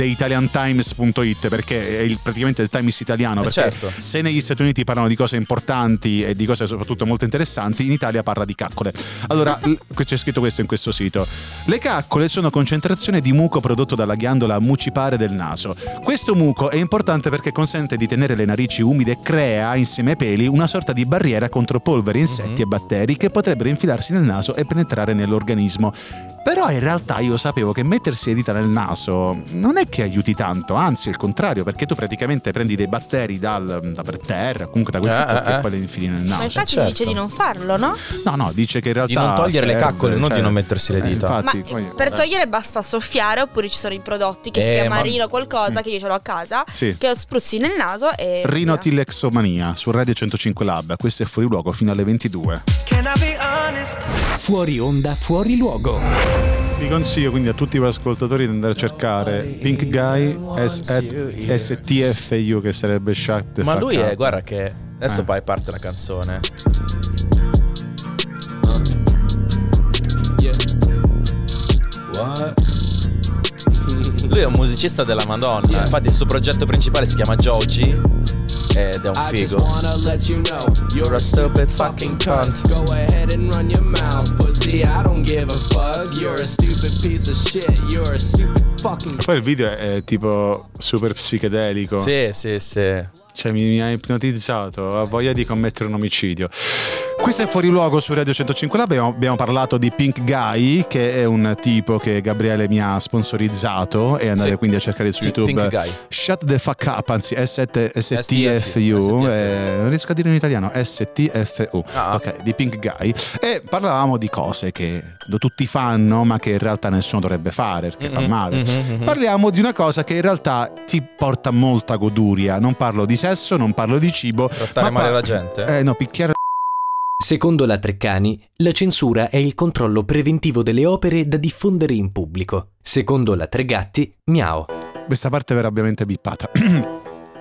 [SPEAKER 4] theitaliantimes.it perché è il- praticamente il Times italiano.
[SPEAKER 2] Eh,
[SPEAKER 4] Perché
[SPEAKER 2] certo.
[SPEAKER 4] se negli Stati Uniti parlano di cose importanti e di cose soprattutto molto interessanti, in Italia parla di caccole. Allora, l- que- c'è scritto questo in questo sito. Le caccole sono concentrazioni di muco prodotto dalla ghiandola mucipare del naso. Questo muco è importante perché consente di tenere le narici umide e crea, insieme ai peli, una sorta di barriera contro polvere,
[SPEAKER 2] Mhm.
[SPEAKER 4] insetti e batteri che potrebbero infilarsi nel naso e penetrare nell'organismo. Però in realtà io sapevo che mettersi le dita nel naso non è che aiuti tanto, anzi il contrario, perché tu praticamente prendi dei batteri dal, da per terra, comunque da quel
[SPEAKER 2] Eh,
[SPEAKER 4] tipo
[SPEAKER 2] eh,
[SPEAKER 4] che
[SPEAKER 2] eh.
[SPEAKER 4] poi li infili nel
[SPEAKER 3] ma
[SPEAKER 4] naso.
[SPEAKER 3] infatti
[SPEAKER 2] certo.
[SPEAKER 3] dice di non farlo, no?
[SPEAKER 4] No, no, dice che in realtà...
[SPEAKER 2] Di non togliere le caccole, non di non mettersi le
[SPEAKER 4] Eh,
[SPEAKER 2] dita.
[SPEAKER 4] infatti,
[SPEAKER 3] ma
[SPEAKER 4] poi-
[SPEAKER 3] per togliere basta soffiare, oppure ci sono i prodotti che si
[SPEAKER 2] Eh,
[SPEAKER 3] chiama
[SPEAKER 2] ma-
[SPEAKER 3] Rino qualcosa, che io ce l'ho a casa,
[SPEAKER 4] Mm. Sì.
[SPEAKER 3] che lo spruzzi nel naso e...
[SPEAKER 4] Rinotilexomania su Radio 105 Lab, questo è fuori luogo fino alle 22.
[SPEAKER 5] Can I be honest?
[SPEAKER 1] Fuori onda, fuori luogo.
[SPEAKER 4] Vi consiglio quindi a tutti gli ascoltatori di andare a cercare Pink Guy S- at- STFU che sarebbe Shut the
[SPEAKER 2] Ma
[SPEAKER 4] Fuck
[SPEAKER 2] lui è,
[SPEAKER 4] Up.
[SPEAKER 2] guarda che adesso
[SPEAKER 4] Eh.
[SPEAKER 2] poi parte la canzone. Lui è un musicista della Madonna.
[SPEAKER 4] Eh.
[SPEAKER 2] Infatti, il suo progetto principale si chiama Joji. Ed è un
[SPEAKER 4] Ah,
[SPEAKER 8] I just
[SPEAKER 2] figo.
[SPEAKER 8] wanna let you know
[SPEAKER 2] You're
[SPEAKER 8] you're
[SPEAKER 2] a
[SPEAKER 8] a
[SPEAKER 2] stupid
[SPEAKER 8] stupid
[SPEAKER 2] fucking
[SPEAKER 8] fucking
[SPEAKER 2] cunt.
[SPEAKER 8] cunt. Go ahead and run your mouth, pussy. I don't give a fuck. You're a stupid piece of shit. You're a stupid fucking.
[SPEAKER 4] Poi il video è tipo super psichedelico.
[SPEAKER 2] Sì, sì, sì.
[SPEAKER 4] Cioè, mi, mi ha ipnotizzato, ha voglia di commettere un omicidio. Questo è fuori luogo su Radio 105 Lab. Abbiamo, abbiamo parlato di Pink Guy, che è un tipo che Gabriele mi ha sponsorizzato. E andate
[SPEAKER 2] Sì.
[SPEAKER 4] quindi a cercare su
[SPEAKER 2] Sì,
[SPEAKER 4] YouTube
[SPEAKER 2] Pink Guy.
[SPEAKER 4] Shut the fuck up, anzi ST, STFU,
[SPEAKER 2] STFU.
[SPEAKER 4] eh, non riesco a dire in italiano, STFU,
[SPEAKER 2] Ah.
[SPEAKER 4] ok, di Pink Guy. E parlavamo di cose che lo tutti fanno ma che in realtà nessuno dovrebbe fare perché fa
[SPEAKER 2] Mhm,
[SPEAKER 4] male.
[SPEAKER 2] mhm, mhm.
[SPEAKER 4] Parliamo di una cosa che in realtà ti porta molta goduria, non parlo di sesso, non parlo di cibo.
[SPEAKER 2] Trattare
[SPEAKER 4] ma
[SPEAKER 2] male
[SPEAKER 4] par-
[SPEAKER 2] la gente.
[SPEAKER 4] Eh no, picchiare
[SPEAKER 1] Secondo la Treccani, la censura è il controllo preventivo delle opere da diffondere in pubblico. Secondo la Tregatti, miao.
[SPEAKER 4] questa parte verrà ovviamente bippata.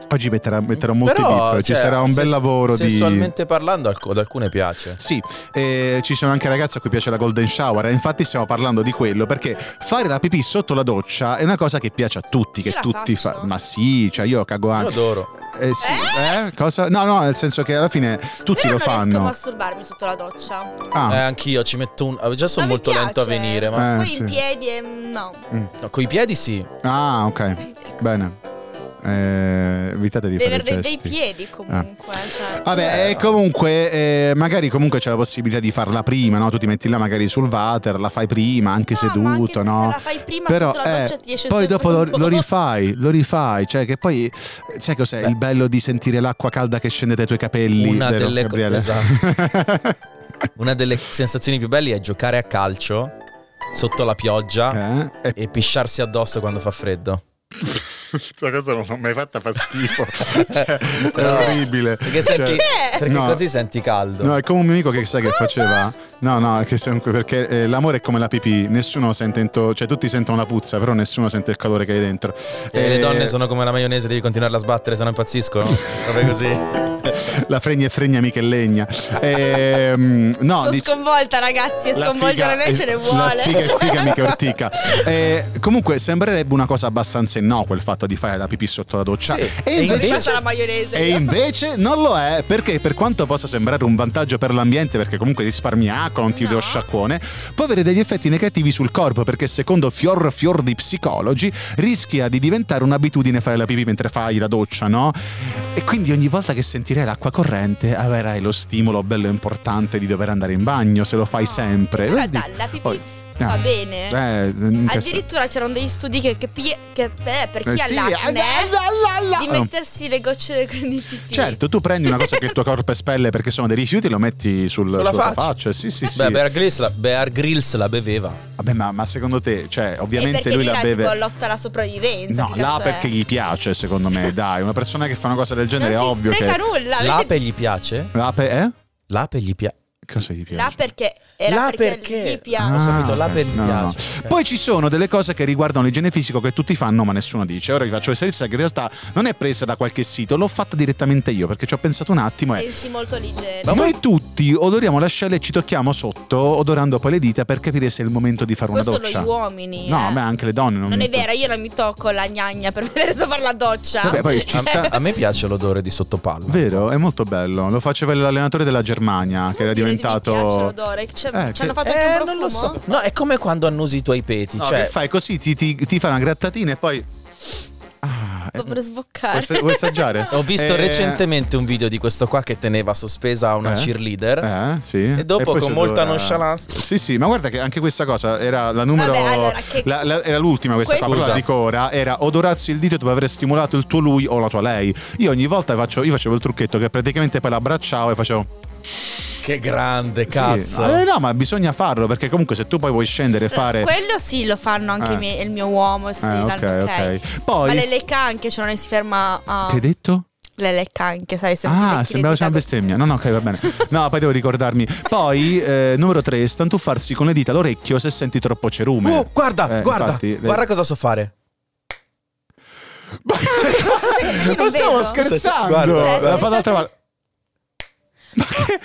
[SPEAKER 4] Oggi metterà- metterò molti
[SPEAKER 2] Però,
[SPEAKER 4] bip, ci
[SPEAKER 2] cioè,
[SPEAKER 4] sarà un bel
[SPEAKER 2] sess-
[SPEAKER 4] lavoro di
[SPEAKER 2] Sessualmente parlando, alc- ad alcune piace.
[SPEAKER 4] Sì, eh, ci sono anche ragazze a cui piace la golden shower e infatti stiamo parlando di quello perché fare la pipì sotto la doccia è una cosa che piace a tutti, che
[SPEAKER 3] Io la
[SPEAKER 4] tutti
[SPEAKER 3] faccio.
[SPEAKER 4] fanno. Ma sì, cioè io cago
[SPEAKER 2] Io
[SPEAKER 4] anche.
[SPEAKER 2] adoro.
[SPEAKER 4] Eh sì, eh? Cosa? No, no, nel senso che alla fine tutti
[SPEAKER 3] Però non
[SPEAKER 4] lo
[SPEAKER 3] riesco a
[SPEAKER 4] fanno.
[SPEAKER 3] masturbarmi sotto la doccia.
[SPEAKER 4] Ah,
[SPEAKER 2] Eh, anch'io ci metto un. Già sono
[SPEAKER 3] Non mi
[SPEAKER 2] molto lento a
[SPEAKER 3] piace.
[SPEAKER 2] venire, ma.
[SPEAKER 4] Eh,
[SPEAKER 3] Poi
[SPEAKER 4] sì.
[SPEAKER 3] in piedi e... no.
[SPEAKER 4] Eh.
[SPEAKER 2] No, coi piedi sì.
[SPEAKER 4] ah, ok, bene. Eh, evitate di
[SPEAKER 3] Deve
[SPEAKER 4] fare
[SPEAKER 3] avere dei, dei
[SPEAKER 4] gesti. Eh.
[SPEAKER 3] piedi comunque. Cioè.
[SPEAKER 4] Vabbè, ecco, e comunque, eh, magari comunque c'è la possibilità di farla prima, no? Tu ti metti là magari sul water, la fai prima, anche
[SPEAKER 3] No,
[SPEAKER 4] seduto,
[SPEAKER 3] ma anche se
[SPEAKER 4] no?
[SPEAKER 3] Se la fai prima
[SPEAKER 4] Però
[SPEAKER 3] sotto la
[SPEAKER 4] eh,
[SPEAKER 3] doccia ti esce
[SPEAKER 4] poi
[SPEAKER 3] sempre
[SPEAKER 4] dopo
[SPEAKER 3] un
[SPEAKER 4] lo,
[SPEAKER 3] po'.
[SPEAKER 4] lo rifai, lo rifai, cioè che poi eh, sai cos'è il bello di sentire l'acqua calda che scende dai tuoi capelli,
[SPEAKER 2] Una
[SPEAKER 4] vero,
[SPEAKER 2] delle co- esatto.
[SPEAKER 4] Gabriele?
[SPEAKER 2] Una delle sensazioni più belle è giocare a calcio sotto la pioggia
[SPEAKER 4] Eh? E
[SPEAKER 2] e pisciarsi addosso quando fa freddo.
[SPEAKER 4] questa cosa non l'ho mai fatta, fa schifo. Cioè, è orribile.
[SPEAKER 2] Perché, senti-
[SPEAKER 4] Cioè,
[SPEAKER 2] perché
[SPEAKER 3] eh.
[SPEAKER 4] no.
[SPEAKER 2] così senti caldo.
[SPEAKER 4] No, è come un mio amico che sai che faceva No, no, che se- perché eh, l'amore è come la pipì, nessuno sente, in to- cioè tutti sentono la puzza, però nessuno sente il calore che hai dentro.
[SPEAKER 2] E
[SPEAKER 4] Eh,
[SPEAKER 2] le donne sono come la maionese, devi continuarla a sbattere, se no impazziscono. Vabbè così.
[SPEAKER 4] La fregna è fregna, mica è legna. Ehm, no,
[SPEAKER 3] Sono
[SPEAKER 4] dic-
[SPEAKER 3] sconvolta, ragazzi. E
[SPEAKER 4] la
[SPEAKER 3] sconvolgere
[SPEAKER 4] figa-
[SPEAKER 3] me ce ne
[SPEAKER 4] la
[SPEAKER 3] vuole.
[SPEAKER 4] figa è figa, mica ortica. Eh, comunque sembrerebbe una cosa abbastanza innocua il fatto di fare la pipì sotto la doccia.
[SPEAKER 2] Sì,
[SPEAKER 4] E
[SPEAKER 2] e
[SPEAKER 3] Ho
[SPEAKER 4] invece...
[SPEAKER 3] lasciato la maionese.
[SPEAKER 4] E invece non lo è perché per quanto possa sembrare un vantaggio per l'ambiente perché comunque risparmi acqua, non ti
[SPEAKER 3] No.
[SPEAKER 4] devo sciacquone, può avere degli effetti negativi sul corpo perché secondo fior fior di psicologi rischia di diventare un'abitudine fare la pipì mentre fai la doccia, no? E quindi ogni volta che sentirai l'acqua corrente avrai lo stimolo bello importante di dover andare in bagno se lo fai
[SPEAKER 3] No.
[SPEAKER 4] sempre.
[SPEAKER 3] Però
[SPEAKER 4] Vedi?
[SPEAKER 3] dai, la pipì
[SPEAKER 4] Poi-
[SPEAKER 3] va
[SPEAKER 4] Ah.
[SPEAKER 3] bene.
[SPEAKER 4] Eh, in che senso?
[SPEAKER 3] Addirittura c'erano degli studi che, che, pi- che- eh, per chi
[SPEAKER 4] Eh,
[SPEAKER 3] ha
[SPEAKER 4] sì,
[SPEAKER 3] l'acne
[SPEAKER 4] ah, ah, ah, ah, ah.
[SPEAKER 3] di mettersi le gocce di pipì.
[SPEAKER 4] Certo, tu prendi una cosa che il tuo corpo espelle perché sono dei rifiuti e lo metti sul,
[SPEAKER 2] Sulla
[SPEAKER 4] sulla
[SPEAKER 2] faccia. Eh,
[SPEAKER 4] faccia. Sì, sì, sì.
[SPEAKER 2] Beh, Bear Grylls, la, Bear Grylls la beveva.
[SPEAKER 4] Vabbè, ma, ma secondo te, cioè,
[SPEAKER 3] e
[SPEAKER 4] ovviamente
[SPEAKER 3] perché
[SPEAKER 4] lui la
[SPEAKER 3] era tipo
[SPEAKER 4] beve.
[SPEAKER 3] lotta alla sopravvivenza.
[SPEAKER 4] No,
[SPEAKER 3] che
[SPEAKER 4] là
[SPEAKER 3] cazzo è?
[SPEAKER 4] perché gli piace, secondo me, dai. Una persona che fa una cosa del genere è
[SPEAKER 3] non
[SPEAKER 4] ovvio cioè,
[SPEAKER 3] si spreca
[SPEAKER 4] che.
[SPEAKER 3] nulla. vedete?
[SPEAKER 2] L'ape gli piace?
[SPEAKER 4] L'ape, eh?
[SPEAKER 2] L'ape gli piace.
[SPEAKER 4] Cosa gli piace?
[SPEAKER 3] Là perché era
[SPEAKER 2] Là
[SPEAKER 3] perché,
[SPEAKER 2] perché-
[SPEAKER 3] gli piace.
[SPEAKER 2] Ah, Ho capito, l'ape
[SPEAKER 4] ok,
[SPEAKER 2] gli
[SPEAKER 4] no, no, no.
[SPEAKER 2] piace, ok.
[SPEAKER 4] Poi ci sono delle cose che riguardano l'igiene fisico che tutti fanno, ma nessuno dice. Ora vi faccio questa lista che in realtà non è presa da qualche sito, l'ho fatta direttamente io perché ci ho pensato un attimo e
[SPEAKER 3] Pensi molto leggero.
[SPEAKER 4] Ma noi tutti odoriamo l'ascella e ci tocchiamo sotto, odorando poi le dita per capire se è il momento di fare
[SPEAKER 3] Questo
[SPEAKER 4] una doccia.
[SPEAKER 3] lo gli uomini.
[SPEAKER 4] no,
[SPEAKER 3] eh.
[SPEAKER 4] ma anche le donne non,
[SPEAKER 3] Non è
[SPEAKER 4] mi-
[SPEAKER 3] vero, io non mi tocco la gnagna per vedere se fare la doccia.
[SPEAKER 4] Vabbè, poi ci
[SPEAKER 2] A-
[SPEAKER 4] sta-
[SPEAKER 2] A me piace l'odore di sottopalla.
[SPEAKER 4] Vero, è molto bello. Lo faceva l'allenatore della Germania,
[SPEAKER 3] Cosa
[SPEAKER 4] che era
[SPEAKER 3] vuol dire di Mi piace
[SPEAKER 4] diventato.
[SPEAKER 3] l'odore. C'è-
[SPEAKER 4] Eh,
[SPEAKER 3] ci hanno
[SPEAKER 4] che-
[SPEAKER 3] fatto anche un profumo?
[SPEAKER 2] non lo so. No, è come quando annusi i tuoi peti.
[SPEAKER 4] No,
[SPEAKER 2] cioè,
[SPEAKER 4] che fai così, ti, ti, ti fa una grattatina e poi. Ah,
[SPEAKER 3] Sto
[SPEAKER 4] eh,
[SPEAKER 3] per sboccare.
[SPEAKER 4] vuoi, sa- vuoi assaggiare?
[SPEAKER 2] Ho visto
[SPEAKER 4] Eh,
[SPEAKER 2] recentemente un video di questo qua che teneva sospesa una
[SPEAKER 4] Eh?
[SPEAKER 2] cheerleader.
[SPEAKER 4] Eh, sì.
[SPEAKER 2] E dopo
[SPEAKER 4] poi
[SPEAKER 2] con
[SPEAKER 4] si
[SPEAKER 2] molta
[SPEAKER 4] odora-
[SPEAKER 2] nonchalance.
[SPEAKER 4] Sì, sì, ma guarda che anche questa cosa era la numero.
[SPEAKER 3] Vabbè, allora, che-
[SPEAKER 4] la- la- era l'ultima questa
[SPEAKER 3] Questo-
[SPEAKER 4] qua, quella di
[SPEAKER 2] Scusa.
[SPEAKER 4] Cora. Era odorarsi il dito dopo aver stimolato il tuo lui o la tua lei. Io ogni volta faccio, io facevo il trucchetto che praticamente poi la abbracciavo e facevo.
[SPEAKER 2] Che grande,
[SPEAKER 4] Sì,
[SPEAKER 2] cazzo.
[SPEAKER 4] eh, no, ma bisogna farlo perché comunque se tu poi vuoi scendere e fare.
[SPEAKER 3] Quello sì, lo fanno anche
[SPEAKER 4] Eh.
[SPEAKER 3] i miei- il mio uomo. Sì,
[SPEAKER 4] Eh,
[SPEAKER 3] l'hanno- ok.
[SPEAKER 4] ok, ok. Poi.
[SPEAKER 3] Ma le lecca anche, cioè non si ferma a.
[SPEAKER 4] Che hai detto?
[SPEAKER 3] le lecca anche, sai? sempre
[SPEAKER 4] Ah,
[SPEAKER 3] le-
[SPEAKER 4] sembrava
[SPEAKER 3] le-
[SPEAKER 4] sia una bestemmia. No, no, ok, va bene. No, poi devo ricordarmi. Poi, eh, numero 3, stantuffarsi con le dita all'orecchio se senti troppo cerume.
[SPEAKER 2] Oh, guarda,
[SPEAKER 4] Eh,
[SPEAKER 2] guarda,
[SPEAKER 4] infatti, le-
[SPEAKER 2] guarda cosa so fare.
[SPEAKER 4] Ma stavo
[SPEAKER 3] vedo.
[SPEAKER 4] scherzando.
[SPEAKER 2] Guarda,
[SPEAKER 4] L'ha fatta l'altra volta.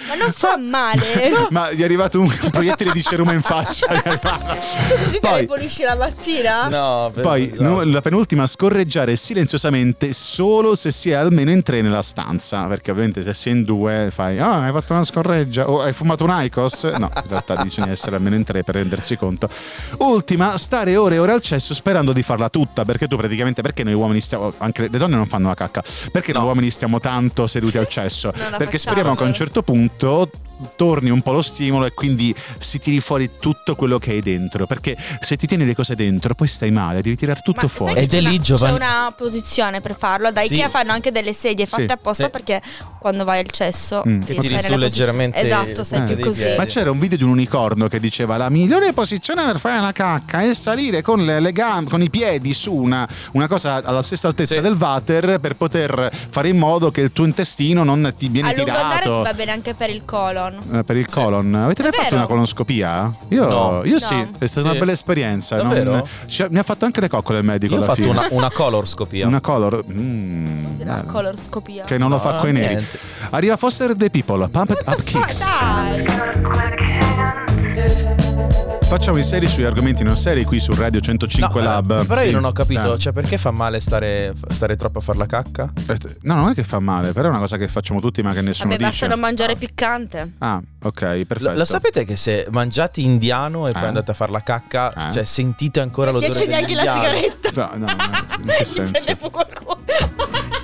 [SPEAKER 3] Ma non fa male.
[SPEAKER 4] Ma gli è arrivato un proiettile di cerume in faccia.
[SPEAKER 3] Così te le
[SPEAKER 4] Poi,
[SPEAKER 3] pulisci la mattina?
[SPEAKER 2] No,
[SPEAKER 4] poi,
[SPEAKER 2] esatto.
[SPEAKER 4] nu- la penultima, scorreggiare silenziosamente solo se si è almeno in tre nella stanza. Perché ovviamente se sei in due fai, ah, hai fatto una scorreggia o hai fumato un Icos. No, in realtà bisogna essere almeno in tre per rendersi conto. Ultima, stare ore e ore al cesso sperando di farla tutta. Perché tu praticamente, perché noi uomini stiamo, anche le, le donne non fanno la cacca, perché noi
[SPEAKER 2] No.
[SPEAKER 4] uomini stiamo tanto seduti al cesso?
[SPEAKER 3] Non la
[SPEAKER 4] perché
[SPEAKER 3] facciamo.
[SPEAKER 4] speriamo che a un certo punto torni un po' lo stimolo e quindi si tiri fuori tutto quello che hai dentro perché se ti tieni le cose dentro poi stai male devi tirare tutto
[SPEAKER 3] Ma
[SPEAKER 4] fuori
[SPEAKER 3] sai che
[SPEAKER 2] Ed è
[SPEAKER 3] c'è
[SPEAKER 2] lì,
[SPEAKER 3] una-
[SPEAKER 2] Giovanni-
[SPEAKER 3] C'è una posizione per farlo. Da
[SPEAKER 2] Sì.
[SPEAKER 3] Ikea fanno anche delle sedie fatte
[SPEAKER 4] Sì.
[SPEAKER 3] apposta
[SPEAKER 2] Sì.
[SPEAKER 3] perché quando vai al cesso.
[SPEAKER 4] Mm.
[SPEAKER 2] Che
[SPEAKER 3] devi
[SPEAKER 2] tiri
[SPEAKER 3] stare
[SPEAKER 2] su
[SPEAKER 3] nella posi-
[SPEAKER 2] leggermente
[SPEAKER 3] Esatto, sei
[SPEAKER 4] eh,
[SPEAKER 3] più
[SPEAKER 4] dei
[SPEAKER 3] così.
[SPEAKER 2] piedi.
[SPEAKER 4] ma c'era un video di un unicorno che diceva la migliore posizione per fare una cacca è salire con le, le gambe con i piedi su una, una cosa alla stessa altezza
[SPEAKER 2] Sì.
[SPEAKER 4] del water per poter fare in modo che il tuo intestino non ti viene
[SPEAKER 3] A lungo andare
[SPEAKER 4] tirato
[SPEAKER 3] ti va bene anche per il colon.
[SPEAKER 4] Eh, per il colon. Avete mai
[SPEAKER 3] È
[SPEAKER 4] fatto
[SPEAKER 3] vero?
[SPEAKER 4] una colonscopia? Io,
[SPEAKER 2] No.
[SPEAKER 4] io
[SPEAKER 3] No.
[SPEAKER 4] sì, è stata
[SPEAKER 2] Sì.
[SPEAKER 4] una bella esperienza. non-
[SPEAKER 2] Davvero?
[SPEAKER 4] Ci ha- mi ha fatto anche le coccole il medico
[SPEAKER 2] Io ho
[SPEAKER 4] alla
[SPEAKER 2] fatto
[SPEAKER 4] fine.
[SPEAKER 2] una, una colorscopia.
[SPEAKER 4] Una color. mm,
[SPEAKER 3] La
[SPEAKER 4] bello.
[SPEAKER 3] coloroscopia.
[SPEAKER 4] che non lo fa
[SPEAKER 2] No,
[SPEAKER 4] coi neri.
[SPEAKER 2] Ah, niente.
[SPEAKER 4] Arriva Foster the People, Pump It Up Kicks.
[SPEAKER 3] Dai!
[SPEAKER 4] Facciamo i seri sugli argomenti non seri qui su Radio 105
[SPEAKER 2] No,
[SPEAKER 4] Lab.
[SPEAKER 2] eh, Però
[SPEAKER 4] Sì.
[SPEAKER 2] io non ho capito,
[SPEAKER 4] Eh.
[SPEAKER 2] cioè perché fa male stare, stare troppo a far la cacca?
[SPEAKER 4] Eh, No, non è che fa male, però è una cosa che facciamo tutti, ma che nessuno
[SPEAKER 3] Vabbè,
[SPEAKER 4] dice.
[SPEAKER 3] basta non mangiare piccante.
[SPEAKER 4] Ah, ok,
[SPEAKER 2] Lo,
[SPEAKER 4] perfetto.
[SPEAKER 2] lo sapete che se mangiate indiano e poi
[SPEAKER 4] Eh.
[SPEAKER 2] andate a far la cacca,
[SPEAKER 4] Eh.
[SPEAKER 2] cioè sentite ancora
[SPEAKER 3] Non ci
[SPEAKER 2] l'odore
[SPEAKER 3] esce neanche la
[SPEAKER 2] dell'indiano?
[SPEAKER 3] sigaretta.
[SPEAKER 4] No, no, no, in che
[SPEAKER 3] Gli
[SPEAKER 4] senso?
[SPEAKER 3] prende fuoco al cuore.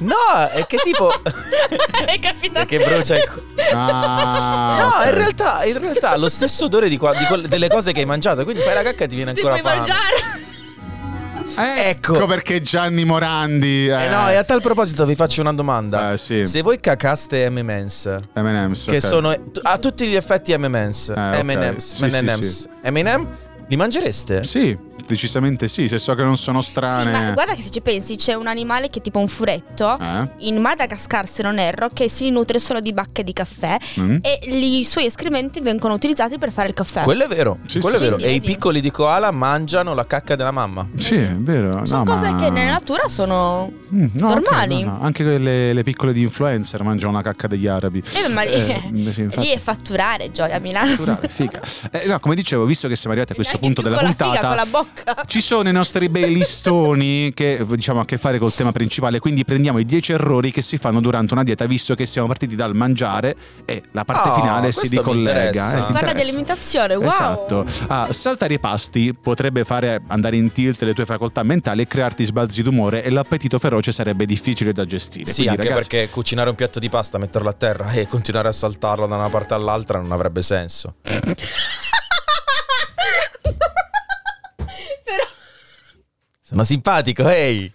[SPEAKER 2] No, è che tipo
[SPEAKER 3] Hai capito?
[SPEAKER 2] è che brucia il cu-
[SPEAKER 4] Ah,
[SPEAKER 2] No,
[SPEAKER 4] ok.
[SPEAKER 2] in realtà, in realtà ha lo stesso odore di qua- di quelle- delle cose che hai mangiato, quindi fai la cacca e ti viene
[SPEAKER 3] Ti
[SPEAKER 2] ancora
[SPEAKER 3] puoi
[SPEAKER 2] fame.
[SPEAKER 3] mangiare.
[SPEAKER 4] Eh, ecco.
[SPEAKER 2] Ecco.
[SPEAKER 4] perché Gianni Morandi. Eh,
[SPEAKER 2] Eh no, e a tal proposito vi faccio una domanda.
[SPEAKER 4] Eh, sì.
[SPEAKER 2] Se voi cacaste M&M's,
[SPEAKER 4] M&M's,
[SPEAKER 2] che
[SPEAKER 4] ok. Eh,
[SPEAKER 2] sono t- a tutti gli effetti M&M's,
[SPEAKER 4] ok.
[SPEAKER 2] M&M's,
[SPEAKER 4] Sì, sì,
[SPEAKER 2] M&M's,
[SPEAKER 4] sì.
[SPEAKER 2] M&M, li mangereste?
[SPEAKER 4] Sì. decisamente sì, se so che non sono
[SPEAKER 3] Sì, ma
[SPEAKER 4] strane.
[SPEAKER 3] guarda che se ci pensi c'è un animale che è tipo un furetto
[SPEAKER 4] Eh?
[SPEAKER 3] in Madagascar, se non erro, che si nutre solo di bacche di caffè
[SPEAKER 4] Mm?
[SPEAKER 3] e li- i suoi escrementi vengono utilizzati per fare il caffè.
[SPEAKER 2] Quello è vero,
[SPEAKER 4] Sì,
[SPEAKER 2] quello
[SPEAKER 4] sì,
[SPEAKER 2] è vero.
[SPEAKER 3] sì.
[SPEAKER 2] E i piccoli di koala mangiano la cacca della mamma.
[SPEAKER 4] Sì, è vero.
[SPEAKER 3] sono
[SPEAKER 4] no,
[SPEAKER 3] cose
[SPEAKER 4] ma-
[SPEAKER 3] che nella natura sono
[SPEAKER 4] Mm, no, anche-
[SPEAKER 3] normali.
[SPEAKER 4] no, no, Anche, le, le piccole di influencer mangiano la cacca degli arabi.
[SPEAKER 3] Eh, ma lì,
[SPEAKER 4] Eh, sì, infatti.
[SPEAKER 3] lì è fatturare gioia a Milano.
[SPEAKER 4] Naturale, figa. Eh, no, come dicevo, visto che siamo arrivati a questo
[SPEAKER 3] Neanche
[SPEAKER 4] punto
[SPEAKER 3] più
[SPEAKER 4] della
[SPEAKER 3] con la figa,
[SPEAKER 4] puntata,
[SPEAKER 3] con la bocca.
[SPEAKER 4] ci sono i nostri bei listoni che diciamo a che fare col tema principale. Quindi prendiamo i 10 errori che si fanno durante una dieta, visto che siamo partiti dal mangiare e la parte
[SPEAKER 2] Oh,
[SPEAKER 4] finale si
[SPEAKER 2] questo mi
[SPEAKER 4] ricollega.
[SPEAKER 2] interessa.
[SPEAKER 4] eh, ti
[SPEAKER 3] Parla
[SPEAKER 4] interessa?
[SPEAKER 3] di alimentazione, wow.
[SPEAKER 4] Esatto. Ah, saltare i pasti potrebbe fare andare in tilt le tue facoltà mentali e crearti sbalzi d'umore e l'appetito feroce sarebbe difficile da gestire.
[SPEAKER 2] Sì,
[SPEAKER 4] Quindi,
[SPEAKER 2] anche
[SPEAKER 4] ragazzi,
[SPEAKER 2] perché cucinare un piatto di pasta, metterlo a terra e continuare a saltarlo da una parte all'altra non avrebbe senso.
[SPEAKER 3] Però
[SPEAKER 2] Sono simpatico, ehi!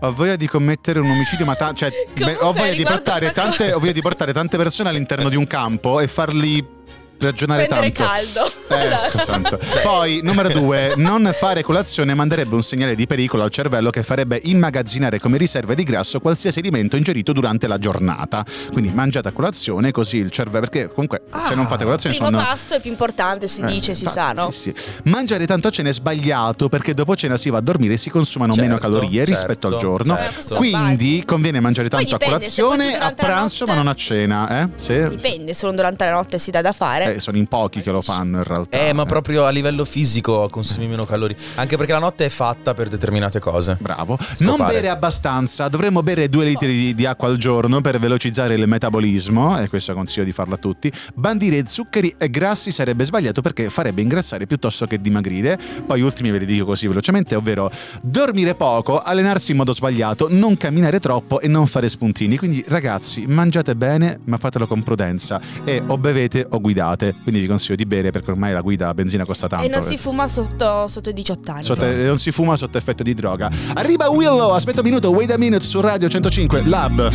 [SPEAKER 4] ho voglia di commettere un omicidio, ma ta- cioè, beh, ho,
[SPEAKER 3] Comunque,
[SPEAKER 4] voglia di
[SPEAKER 3] riguardo
[SPEAKER 4] portare
[SPEAKER 3] sta cosa-
[SPEAKER 4] tante, ho voglia di portare tante persone all'interno di un campo e farli ragionare
[SPEAKER 3] prendere
[SPEAKER 4] tanto.
[SPEAKER 3] caldo. Esatto.
[SPEAKER 4] Eh, ecco, santo. Poi, numero due, non fare colazione manderebbe un segnale di pericolo al cervello che farebbe immagazzinare come riserve di grasso qualsiasi alimento ingerito durante la giornata. Quindi mangiate a colazione così il cervello, perché comunque se non fate colazione
[SPEAKER 3] Ah, Primo
[SPEAKER 4] sono...
[SPEAKER 3] pasto è più importante, si
[SPEAKER 4] Eh,
[SPEAKER 3] dice, si
[SPEAKER 4] fa-
[SPEAKER 3] sa, no?
[SPEAKER 4] Sì, sì. Mangiare tanto a cena è sbagliato perché dopo cena si va a dormire e si consumano meno
[SPEAKER 2] Certo,
[SPEAKER 4] calorie
[SPEAKER 2] certo,
[SPEAKER 4] rispetto al giorno.
[SPEAKER 2] certo.
[SPEAKER 3] Eh, questo è
[SPEAKER 4] Quindi
[SPEAKER 3] basico.
[SPEAKER 4] conviene mangiare
[SPEAKER 3] Poi
[SPEAKER 4] tanto a
[SPEAKER 3] dipende, se mangi
[SPEAKER 4] colazione, a
[SPEAKER 3] durante la
[SPEAKER 4] pranzo, ma
[SPEAKER 3] notte-
[SPEAKER 4] non a cena. Eh? Se-
[SPEAKER 3] Dipende, se non durante la notte si dà da fare.
[SPEAKER 4] eh, sono in pochi che lo fanno in realtà.
[SPEAKER 2] Eh, ma proprio a livello fisico consumi meno calorie. Anche perché la notte è fatta per determinate cose.
[SPEAKER 4] Bravo. Non bere abbastanza, dovremmo bere due litri di, di acqua al giorno per velocizzare il metabolismo, e questo consiglio di farlo a tutti. Bandire zuccheri e grassi sarebbe sbagliato perché farebbe ingrassare piuttosto che dimagrire. Poi ultimi ve li dico così velocemente, ovvero dormire poco, allenarsi in modo sbagliato, non camminare troppo e non fare spuntini. Quindi ragazzi, mangiate bene, ma fatelo con prudenza e o bevete o guidate. Quindi vi consiglio di bere perché ormai la guida a benzina costa tanto. eh.
[SPEAKER 3] e non si fuma sotto, sotto i 18 anni.
[SPEAKER 4] Sotto- non si fuma sotto effetto di droga. Arriva Willow, aspetta un minuto, wait a minute su Radio 105 Lab.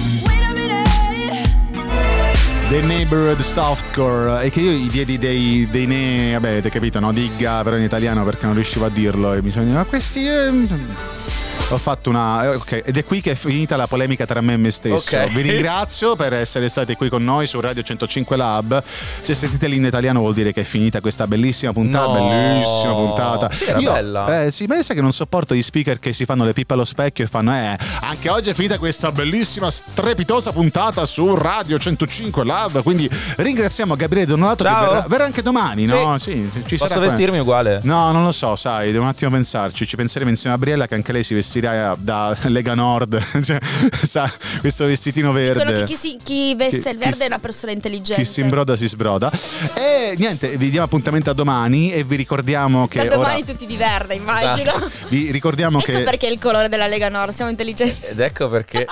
[SPEAKER 4] The Neighborhood Softcore. E che io gli diedi dei, dei ne. Vabbè, avete capito, no? Digga, però in italiano perché non riuscivo a dirlo. E mi sono detto, ma questi. ehm, Ho fatto una. eh, Ok, ed è qui che è finita la polemica tra me e me stesso.
[SPEAKER 2] Ok.
[SPEAKER 4] Vi ringrazio per essere stati qui con noi su Radio 105 Lab. Se sentite lì in italiano vuol dire che è finita questa bellissima puntata.
[SPEAKER 2] No.
[SPEAKER 4] Bellissima puntata.
[SPEAKER 2] Sì, era
[SPEAKER 4] Io-
[SPEAKER 2] bella.
[SPEAKER 4] eh, eh sì, ma io sai che non sopporto gli speaker che si fanno le pippe allo specchio e fanno eh, anche oggi è finita questa bellissima strepitosa puntata su Radio 105 Live, quindi ringraziamo Gabriele Donato che
[SPEAKER 2] Ciao.
[SPEAKER 4] verrà, verrà anche domani,
[SPEAKER 2] Sì.
[SPEAKER 4] no? Sì, ci
[SPEAKER 2] Posso
[SPEAKER 4] sarà qua.
[SPEAKER 2] vestirmi uguale?
[SPEAKER 4] No, non lo so, sai, devo un attimo pensarci, ci penseremo insieme a Briella che anche lei si vestirà da Lega Nord, cioè, sa, questo vestitino
[SPEAKER 3] Dicono
[SPEAKER 4] verde.
[SPEAKER 3] che chi, si- chi veste
[SPEAKER 4] Chi-
[SPEAKER 3] il verde
[SPEAKER 4] chi
[SPEAKER 3] è
[SPEAKER 4] si-
[SPEAKER 3] una persona intelligente.
[SPEAKER 4] Chi si imbroda si sbroda. E niente, vi diamo appuntamento a domani e vi ricordiamo
[SPEAKER 3] Da
[SPEAKER 4] che ora...
[SPEAKER 3] domani tutti di verde, immagino.
[SPEAKER 4] Vi ricordiamo
[SPEAKER 3] Ecco
[SPEAKER 4] che...
[SPEAKER 3] perché è il colore della Lega Nord, siamo intelligenti.
[SPEAKER 2] Ed ecco perché.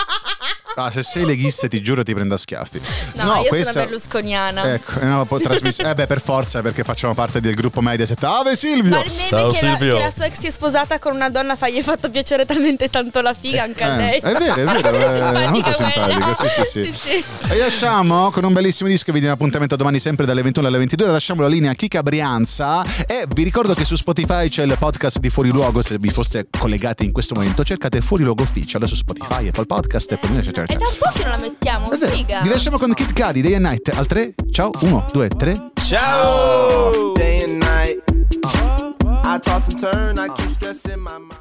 [SPEAKER 4] Ah, se sei leghista ti giuro ti prendo a schiaffi.
[SPEAKER 3] No, io sono berlusconiana.
[SPEAKER 4] Ecco, no, po- trasmiss- eh beh, per forza, perché facciamo parte del gruppo Mediaset. Ave
[SPEAKER 3] Ma
[SPEAKER 4] Silvio!
[SPEAKER 3] il meme
[SPEAKER 2] Ciao,
[SPEAKER 3] che la,
[SPEAKER 2] Silvio.
[SPEAKER 3] che la sua ex si è sposata con una donna fa gli è fatto piacere talmente tanto la figa anche a
[SPEAKER 4] Eh,
[SPEAKER 3] lei.
[SPEAKER 4] è vero, è vero,
[SPEAKER 3] Molto
[SPEAKER 4] eh,
[SPEAKER 3] simpatica
[SPEAKER 4] molto
[SPEAKER 3] quella.
[SPEAKER 4] simpatica, sì, sì, sì.
[SPEAKER 3] sì, sì.
[SPEAKER 4] E lasciamo con un bellissimo disco, vi diamo appuntamento domani sempre dalle 21 alle 22, lasciamo la linea a Chica Brianza e vi ricordo che su Spotify c'è il podcast di Fuori Luogo, se vi foste collegati in questo momento cercate Fuori Luogo Official su Spotify, Apple Podcast e poi eccetera.
[SPEAKER 3] È da un po' che non la mettiamo,
[SPEAKER 4] È vero.
[SPEAKER 3] figa.
[SPEAKER 4] Vi lasciamo con Kid Cudi, Day and Night, al 3, ciao, 1, 2, 3,
[SPEAKER 2] Ciao!
[SPEAKER 8] Uh, Day and night. I toss and turn, I keep stressing my mind.